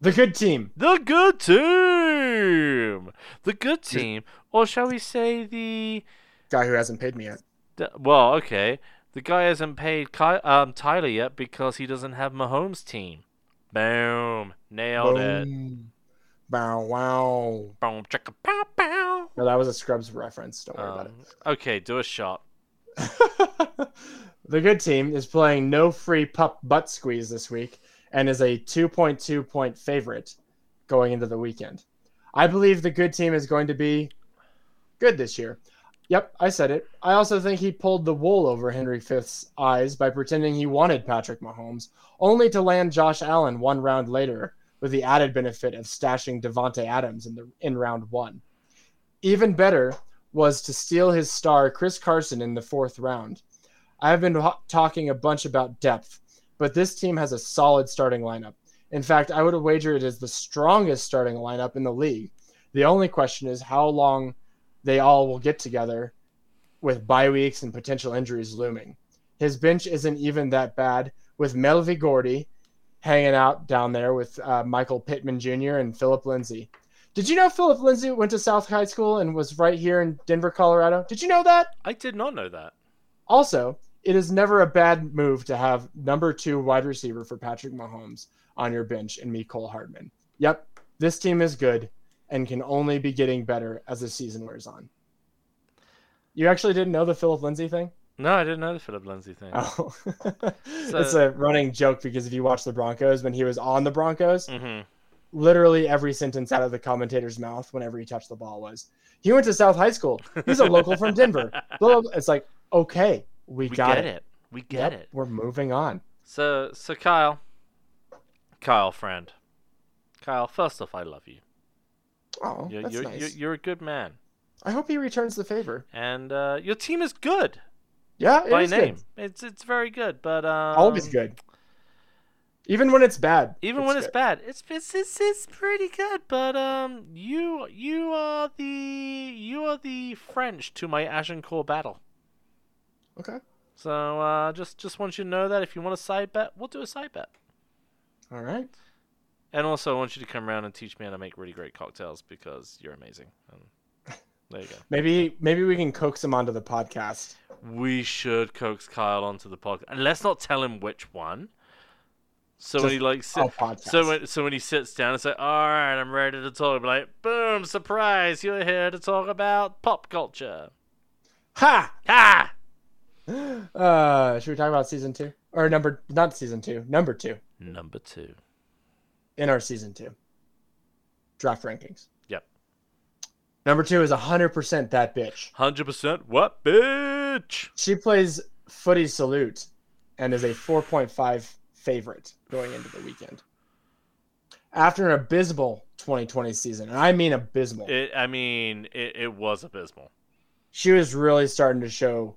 B: the good team.
A: The good team. The good team, or shall we say the
B: Guy who hasn't paid me yet.
A: the- well, okay. The guy hasn't paid Ky- um, Tyler yet because he doesn't have Mahomes' team. Boom. Nailed it.
B: Boom. Bow wow.
A: Boom. Chicka pow pow.
B: No, that was a Scrubs reference. Don't worry about it.
A: Um, okay, do a shot.
B: the good team is playing no free pup butt squeeze this week and is a 2.2 point favorite going into the weekend. I believe the good team is going to be good this year. Yep, I said it. I also think he pulled the wool over Henry Fifth's eyes by pretending he wanted Patrick Mahomes, only to land Josh Allen one round later, with the added benefit of stashing Devonte Adams in the in round one. Even better was to steal his star Chris Carson in the fourth round. I have been ho- talking a bunch about depth, but this team has a solid starting lineup. In fact, I would wager it is the strongest starting lineup in the league. The only question is how long they all will get together with bye weeks and potential injuries looming. His bench isn't even that bad, with Melvi Gordy hanging out down there with uh, Michael Pittman Jr. and Philip Lindsay. Did you know Philip Lindsay went to South High School and was right here in Denver, Colorado? Did you know that?
A: I did not know that.
B: Also, it is never a bad move to have number two wide receiver for Patrick Mahomes on your bench and Nicole Hardman. Yep, this team is good and can only be getting better as the season wears on. You actually didn't know the Philip Lindsay thing?
A: No, I didn't know the Philip Lindsay thing.
B: Oh, it's a running joke because if you watch the Broncos, when he was on the Broncos,
A: Mhm.
B: literally every sentence out of the commentator's mouth whenever he touched the ball was, he went to South High School. He's a local from Denver. Blah, blah, blah. It's like, okay, we,
A: We
B: got
A: get
B: it.
A: it. We get
B: Yep,
A: it.
B: We're moving on.
A: So, so Kyle, Kyle, friend, Kyle. First off, I love you.
B: Oh,
A: You're
B: that's
A: you're,
B: nice.
A: you're, you're a good man,
B: I hope he returns the favor.
A: and uh, your team is good
B: Yeah, it
A: by
B: is
A: name.
B: good.
A: It's it's very good, but um,
B: Always good. Even when it's bad.
A: Even when it's
B: good.
A: bad, it's, it's it's it's pretty good. But um, you you are the you are the French to my Agincourt battle.
B: Okay.
A: So uh, just just want you to know that if you want a side bet, we'll do a side bet.
B: All right.
A: And also, I want you to come around and teach me how to make really great cocktails because you're amazing. And there you go.
B: Maybe maybe we can coax him onto the podcast.
A: We should coax Kyle onto the podcast, and let's not tell him which one. So when
B: Just
A: he like sit,
B: Our podcast.
A: so when so when he sits down and like, "All right, I'm ready to talk," be like, "Boom! Surprise! You're here to talk about pop culture."
B: ha!
A: Ha!
B: Uh, should we talk about season two or number not season two, number two
A: Number two.
B: in our season two draft rankings?
A: Yep.
B: Number two is hundred percent that bitch.
A: Hundred percent. What bitch?
B: She plays footy salute and is a 4.5 favorite going into the weekend. After an abysmal 2020 season, and I mean abysmal,
A: It, I mean, it, it was abysmal.
B: she was really starting to show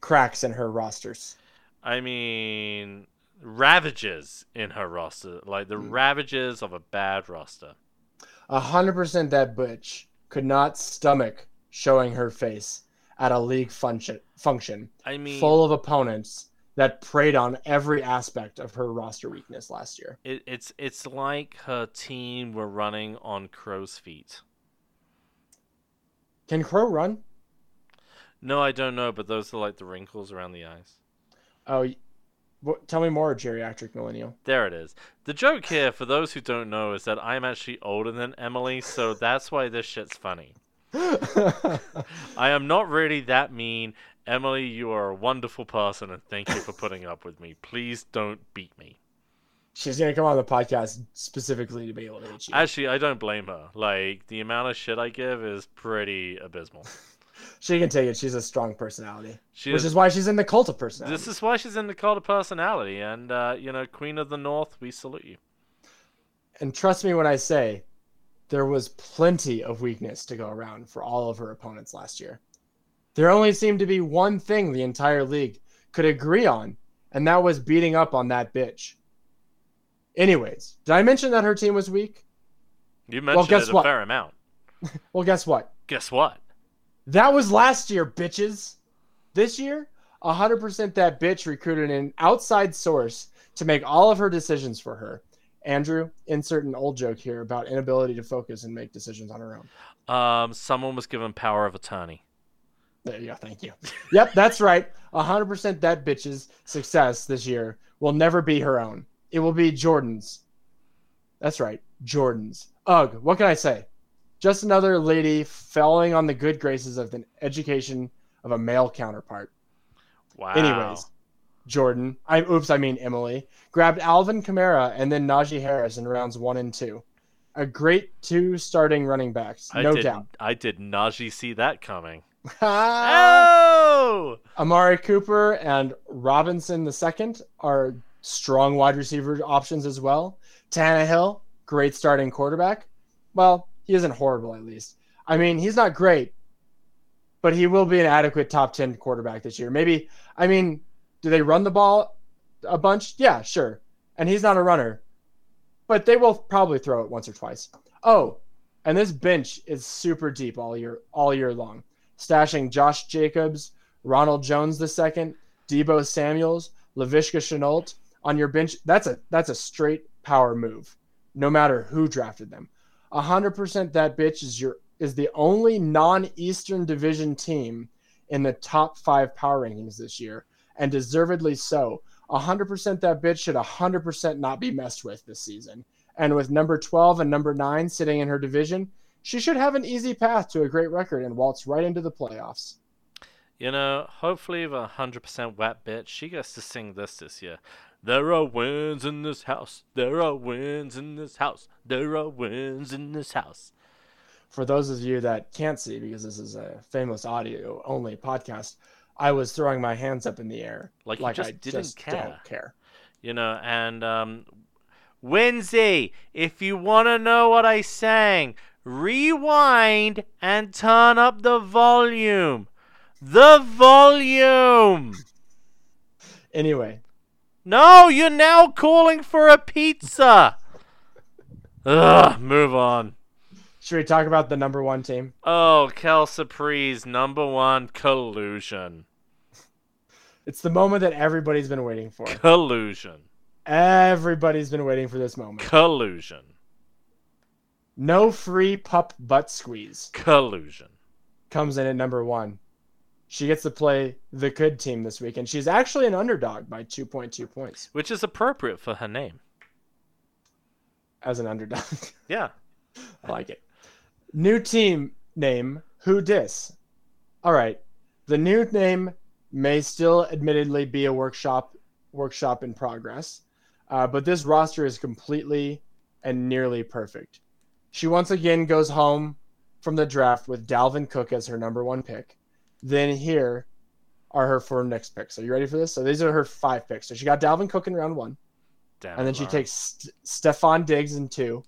B: cracks in her rosters.
A: I mean, ravages in her roster, like the
B: Mm.
A: ravages of a bad roster.
B: 100% that bitch could not stomach showing her face at a league function, function
A: I mean,
B: full of opponents that preyed on every aspect of her roster weakness last year.
A: it, it's it's like her team were running on crow's feet.
B: Can Crow run?
A: No, I don't know, but those are like the wrinkles around the eyes.
B: Oh, y- wh- tell me more, geriatric millennial.
A: There it is. The joke here, for those who don't know, is that I'm actually older than Emily, so that's why this shit's funny. I am not really that mean. Emily, you are a wonderful person, and thank you for putting up with me. Please don't beat me.
B: She's gonna come on the podcast specifically to be able to reach you.
A: Actually, I don't blame her. Like, the amount of shit I give is pretty abysmal.
B: she can take it. She's a strong personality,
A: She
B: which
A: is,
B: is why she's in the cult of personality.
A: this is why she's in the cult of personality, and, uh, you know, Queen of the North, we salute you.
B: and trust me when I say, there was plenty of weakness to go around for all of her opponents last year. There only seemed to be one thing the entire league could agree on, and that was beating up on that bitch. Anyways, did I mention that her team was weak?
A: You mentioned
B: guess
A: it a
B: what?
A: fair amount.
B: Well, guess what?
A: Guess what?
B: That was last year, bitches. This year, 100% that bitch recruited an outside source to make all of her decisions for her. Andrew, insert an old joke here about inability to focus and make decisions on her own.
A: Um, someone was given power of attorney.
B: There you go. Thank you. Yep, that's right. 100% that bitch's success this year will never be her own. It will be Jordan's. That's right. Jordan's. Ugh, what can I say? Just another lady falling on the good graces of the education of a male counterpart.
A: Wow.
B: Anyways, Jordan, I oops, I mean Emily, grabbed Alvin Kamara and then Najee Harris in rounds one and two. a great two starting running backs,
A: I
B: no
A: did,
B: doubt.
A: I did Najee see that coming.
B: Ah!
A: Oh!
B: Amari Cooper and Robinson II are strong wide receiver options as well. Tannehill, great starting quarterback. Well, he isn't horrible at least. I mean, he's not great, but he will be an adequate top 10 quarterback this year. Maybe, I mean, do they run the ball a bunch? Yeah, sure. And he's not a runner, but they will probably throw it once or twice. Oh, and this bench is super deep all year all year long. Stashing Josh Jacobs, Ronald Jones II, Debo Samuels, LaVishka Chenault on your bench. That's a that's a straight power move, no matter who drafted them. hundred percent that bitch is your is the only non-Eastern Division team in the top five power rankings this year, and deservedly so. hundred percent that bitch should hundred percent not be messed with this season. And with number twelve and number nine sitting in her division, she should have an easy path to a great record and waltz right into the playoffs.
A: You know, hopefully the 100% wet bitch, she gets to sing this this year. There are winds in this house. There are winds in this house. There are winds in this house.
B: for those of you that can't see because this is a famous audio only podcast i was throwing my hands up in the air
A: Like you just
B: i
A: didn't
B: just
A: care.
B: don't care
A: You know, and um, Winsy, if you want to know what I sang, rewind and turn up the volume. The volume.
B: anyway
A: No, you're now calling for a pizza. Ugh, move on.
B: should we talk about the number one team
A: Oh, Cal Surprise, number one collusion.
B: it's the moment that everybody's been waiting for
A: Collusion.
B: everybody's been waiting for this moment
A: Collusion.
B: no free pup butt squeeze
A: Collusion.
B: comes in at number one she gets to play the good team this week and she's actually an underdog by 2.2 points
A: Which is appropriate for her name.
B: as an underdog
A: Yeah.
B: I like it. New team name, who dis? All right. The new name may still admittedly be a workshop workshop in progress, uh, but this roster is completely and nearly perfect. She once again goes home from the draft with Dalvin Cook as her number one pick. Then here are her four next picks. Are you ready for this? So these are her five picks. So she got Dalvin Cook in round one
A: Damn
B: and then
A: it,
B: she
A: Lauren.
B: takes St- Stefan Diggs in two,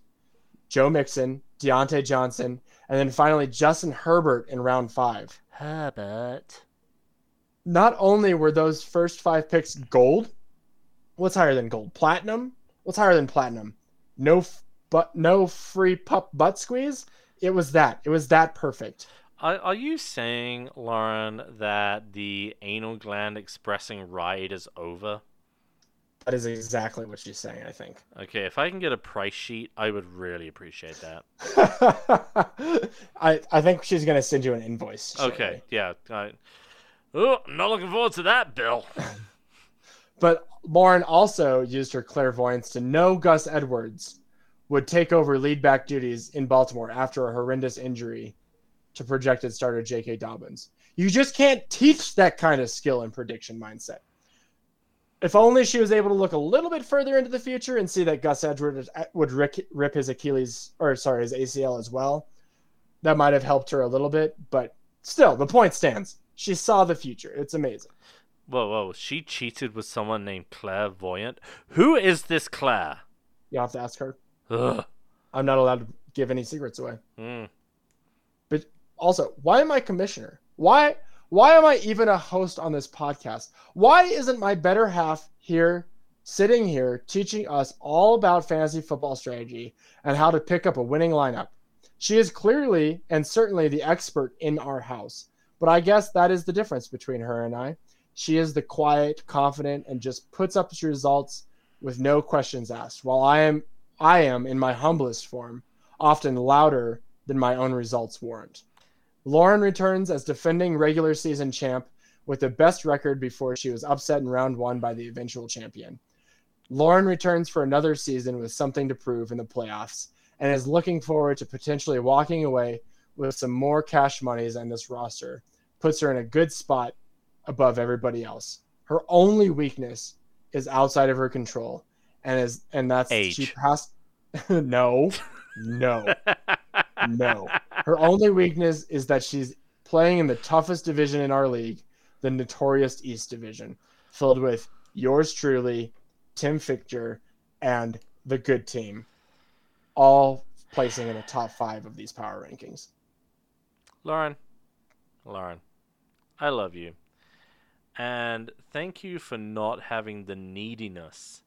B: Joe Mixon, Deontay Johnson, and then finally Justin Herbert in round five.
A: Herbert.
B: Not only were those first five picks gold, what's higher than gold? Platinum? What's higher than platinum? No, f- but no free pup butt squeeze. It was that. It was that perfect.
A: Are, are you saying, Lauren, that the anal gland expressing ride is over?
B: That is exactly what she's saying. I think.
A: Okay, if I can get a price sheet, I would really appreciate that.
B: I I think she's gonna send you an invoice. shortly.
A: Okay, yeah. I... Oh, I'm not looking forward to that, Bill.
B: But Lauren also used her clairvoyance to know Gus Edwards would take over lead back duties in Baltimore after a horrendous injury to projected starter J.K. Dobbins. You just can't teach that kind of skill and prediction mindset. If only she was able to look a little bit further into the future and see that Gus Edwards would rick, rip his Achilles, or sorry, his ACL as well, that might have helped her a little bit. But still, the point stands. She saw the future. It's amazing.
A: Whoa, whoa. She cheated with someone named Clairvoyant. Who is this Claire?
B: You'll have to ask her.
A: Ugh.
B: I'm not allowed to give any secrets away.
A: Mm.
B: Also, why am I commissioner? Why why am I even a host on this podcast? Why isn't my better half here sitting here teaching us all about fantasy football strategy and how to pick up a winning lineup? She is clearly and certainly the expert in our house. But I guess that is the difference between her and I. She is the quiet, confident, and just puts up her results with no questions asked, while I am I am in my humblest form, often louder than my own results warrant. Lauren returns as defending regular season champ with the best record before she was upset in round one by the eventual champion. Lauren returns for another season with something to prove in the playoffs and is looking forward to potentially walking away with some more cash monies on this roster. Puts her in a good spot above everybody else. Her only weakness is outside of her control and is and that's she
A: Age.
B: passed no No, no. Her only weakness is that she's playing in the toughest division in our league, the notorious East Division, filled with yours truly, Tim Fichter, and the good team, all placing in the top five of these power rankings.
A: Lauren, Lauren, I love you. And thank you for not having the neediness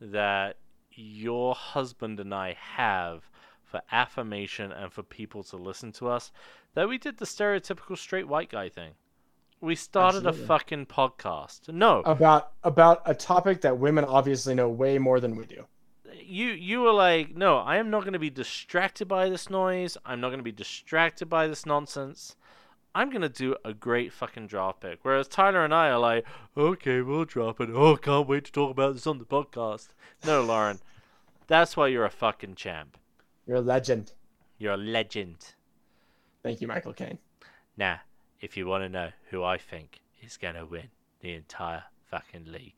A: that your husband and I have for affirmation and for people to listen to us that we did the stereotypical straight white guy thing. We started
B: Absolutely.
A: a fucking podcast. No,
B: About about a topic that women obviously know way more than we do.
A: you you were like, no, I am not going to be distracted by this noise. I'm not going to be distracted by this nonsense. I'm going to do a great fucking draft pick. Whereas Tyler and I are like, okay, we'll drop it. Oh, can't wait to talk about this on the podcast. No, Lauren, that's why you're a fucking champ.
B: You're a legend.
A: You're a legend.
B: Thank you, Michael Caine.
A: Now, if you want to know who I think is going to win the entire fucking league,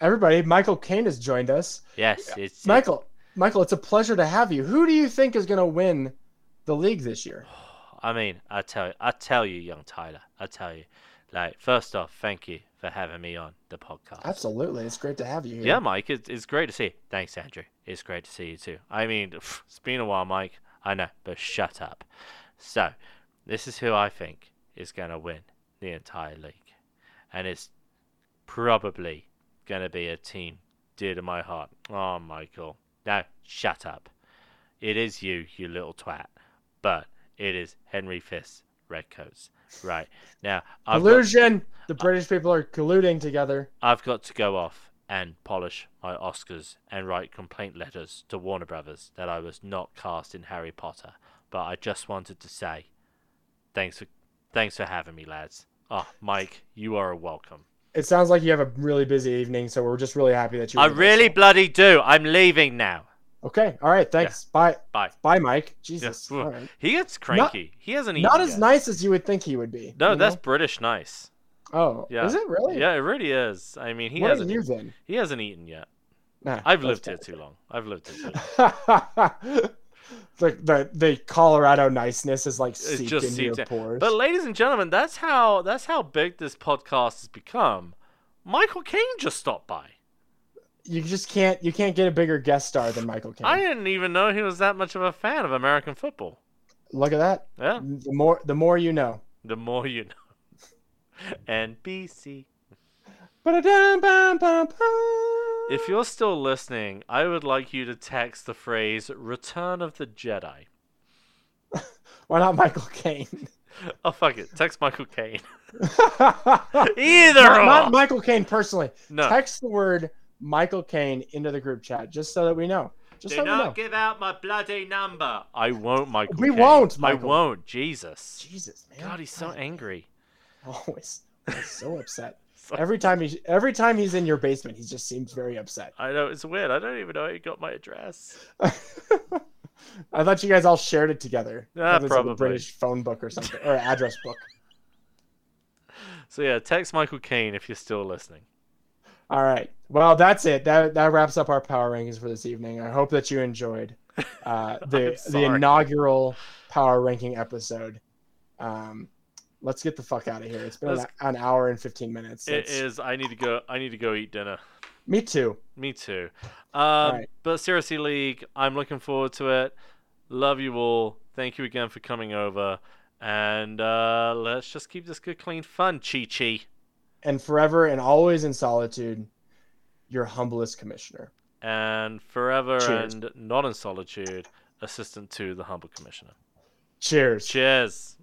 B: Everybody, Michael Caine has joined us.
A: yes, it's
B: Michael, Michael, it's a pleasure to have you. Who do you think is going to win the league this year?
A: I mean, I tell you, I tell you, young Tyler, I tell you, like first off, thank you for having me on the podcast.
B: Absolutely, it's great to have you here.
A: Yeah, Mike, it's, it's great to see. You. Thanks, Andrew. It's great to see you too. I mean, pff, it's been a while, Mike. I know, but shut up. So, this is who I think is gonna win the entire league, and it's probably gonna be a team dear to my heart. Oh, Michael, now shut up. It is you, you little twat. But it is Henry Fist Redcoats. Right now, I've got-
B: Collusion. The British people are colluding together.
A: I've got to go off and polish my Oscars and write complaint letters to Warner Brothers that I was not cast in Harry Potter. But I just wanted to say thanks for thanks for having me, lads. Oh, Mike, you are a welcome.
B: It sounds like you have a really busy evening, so we're just really happy that you.
A: I
B: were
A: really bloody do. I'm leaving now.
B: Okay. All right. Thanks. Bye.
A: Bye.
B: Bye, Mike.
A: Yeah.
B: Jesus.
A: Ugh.
B: All right.
A: He gets cranky. he hasn't eaten.
B: Not as
A: yet.
B: nice as you would think he would be.
A: No,
B: you
A: that's
B: know?
A: British nice.
B: Oh,
A: Yeah.
B: is it really?
A: Yeah, it really is. I mean, he
B: What are
A: hasn't.
B: you then?
A: He hasn't eaten yet.
B: Nah,
A: I've
B: that's
A: lived
B: bad.
A: here too long. I've lived here too long.
B: like the the Colorado niceness is like seeped
A: just
B: into your
A: seeps in.
B: pores.
A: But ladies and gentlemen, that's how that's how big this podcast has become. Michael Caine just stopped by.
B: you just can't you can't get a bigger guest star than Michael Caine.
A: I didn't even know he was that much of a fan of American football.
B: Look at that.
A: Yeah,
B: The more the more you know.
A: the more you know. NBC. If
B: If
A: you're still listening, I would like you to text the phrase "Return of the Jedi."
B: Why not Michael Caine?
A: Oh fuck it, text Michael Caine.
B: not,
A: Either
B: not
A: or.
B: Michael Caine personally.
A: no.
B: Text the word Michael Caine into the group chat just so that we know. Just so
A: Do
B: we know.
A: not give out my bloody number. I won't, Michael.
B: We
A: Caine.
B: won't,
A: I
B: Michael.
A: won't. Jesus.
B: Jesus, man.
A: God, he's so angry.
B: always, always so upset.
A: So-
B: Every time he every time he's in your basement, he just seems very upset.
A: I know it's weird. I don't even know how you got my address.
B: I thought you guys all shared it together.
A: Ah,
B: It's like a
A: probably.
B: British phone book or something or address book.
A: So yeah, text Michael Caine if you're still listening.
B: All right. Well, that's it. That that wraps up our power rankings for this evening. I hope that you enjoyed uh,
A: I'm
B: the the
A: sorry.
B: inaugural power ranking episode. Um, let's get the fuck out of here. It's been an,
A: Let's-
B: an hour and fifteen minutes.
A: It
B: It's-
A: is. I need to go. I need to go eat dinner.
B: Me too.
A: Me too. Um,
B: right.
A: But seriously, League, I'm looking forward to it. Love you all. Thank you again for coming over. And uh, let's just keep this good, clean fun, Chi Chi.
B: And forever and always in solitude, your humblest commissioner.
A: And forever
B: Cheers.
A: and not in solitude, assistant to the humble commissioner.
B: Cheers.
A: Cheers.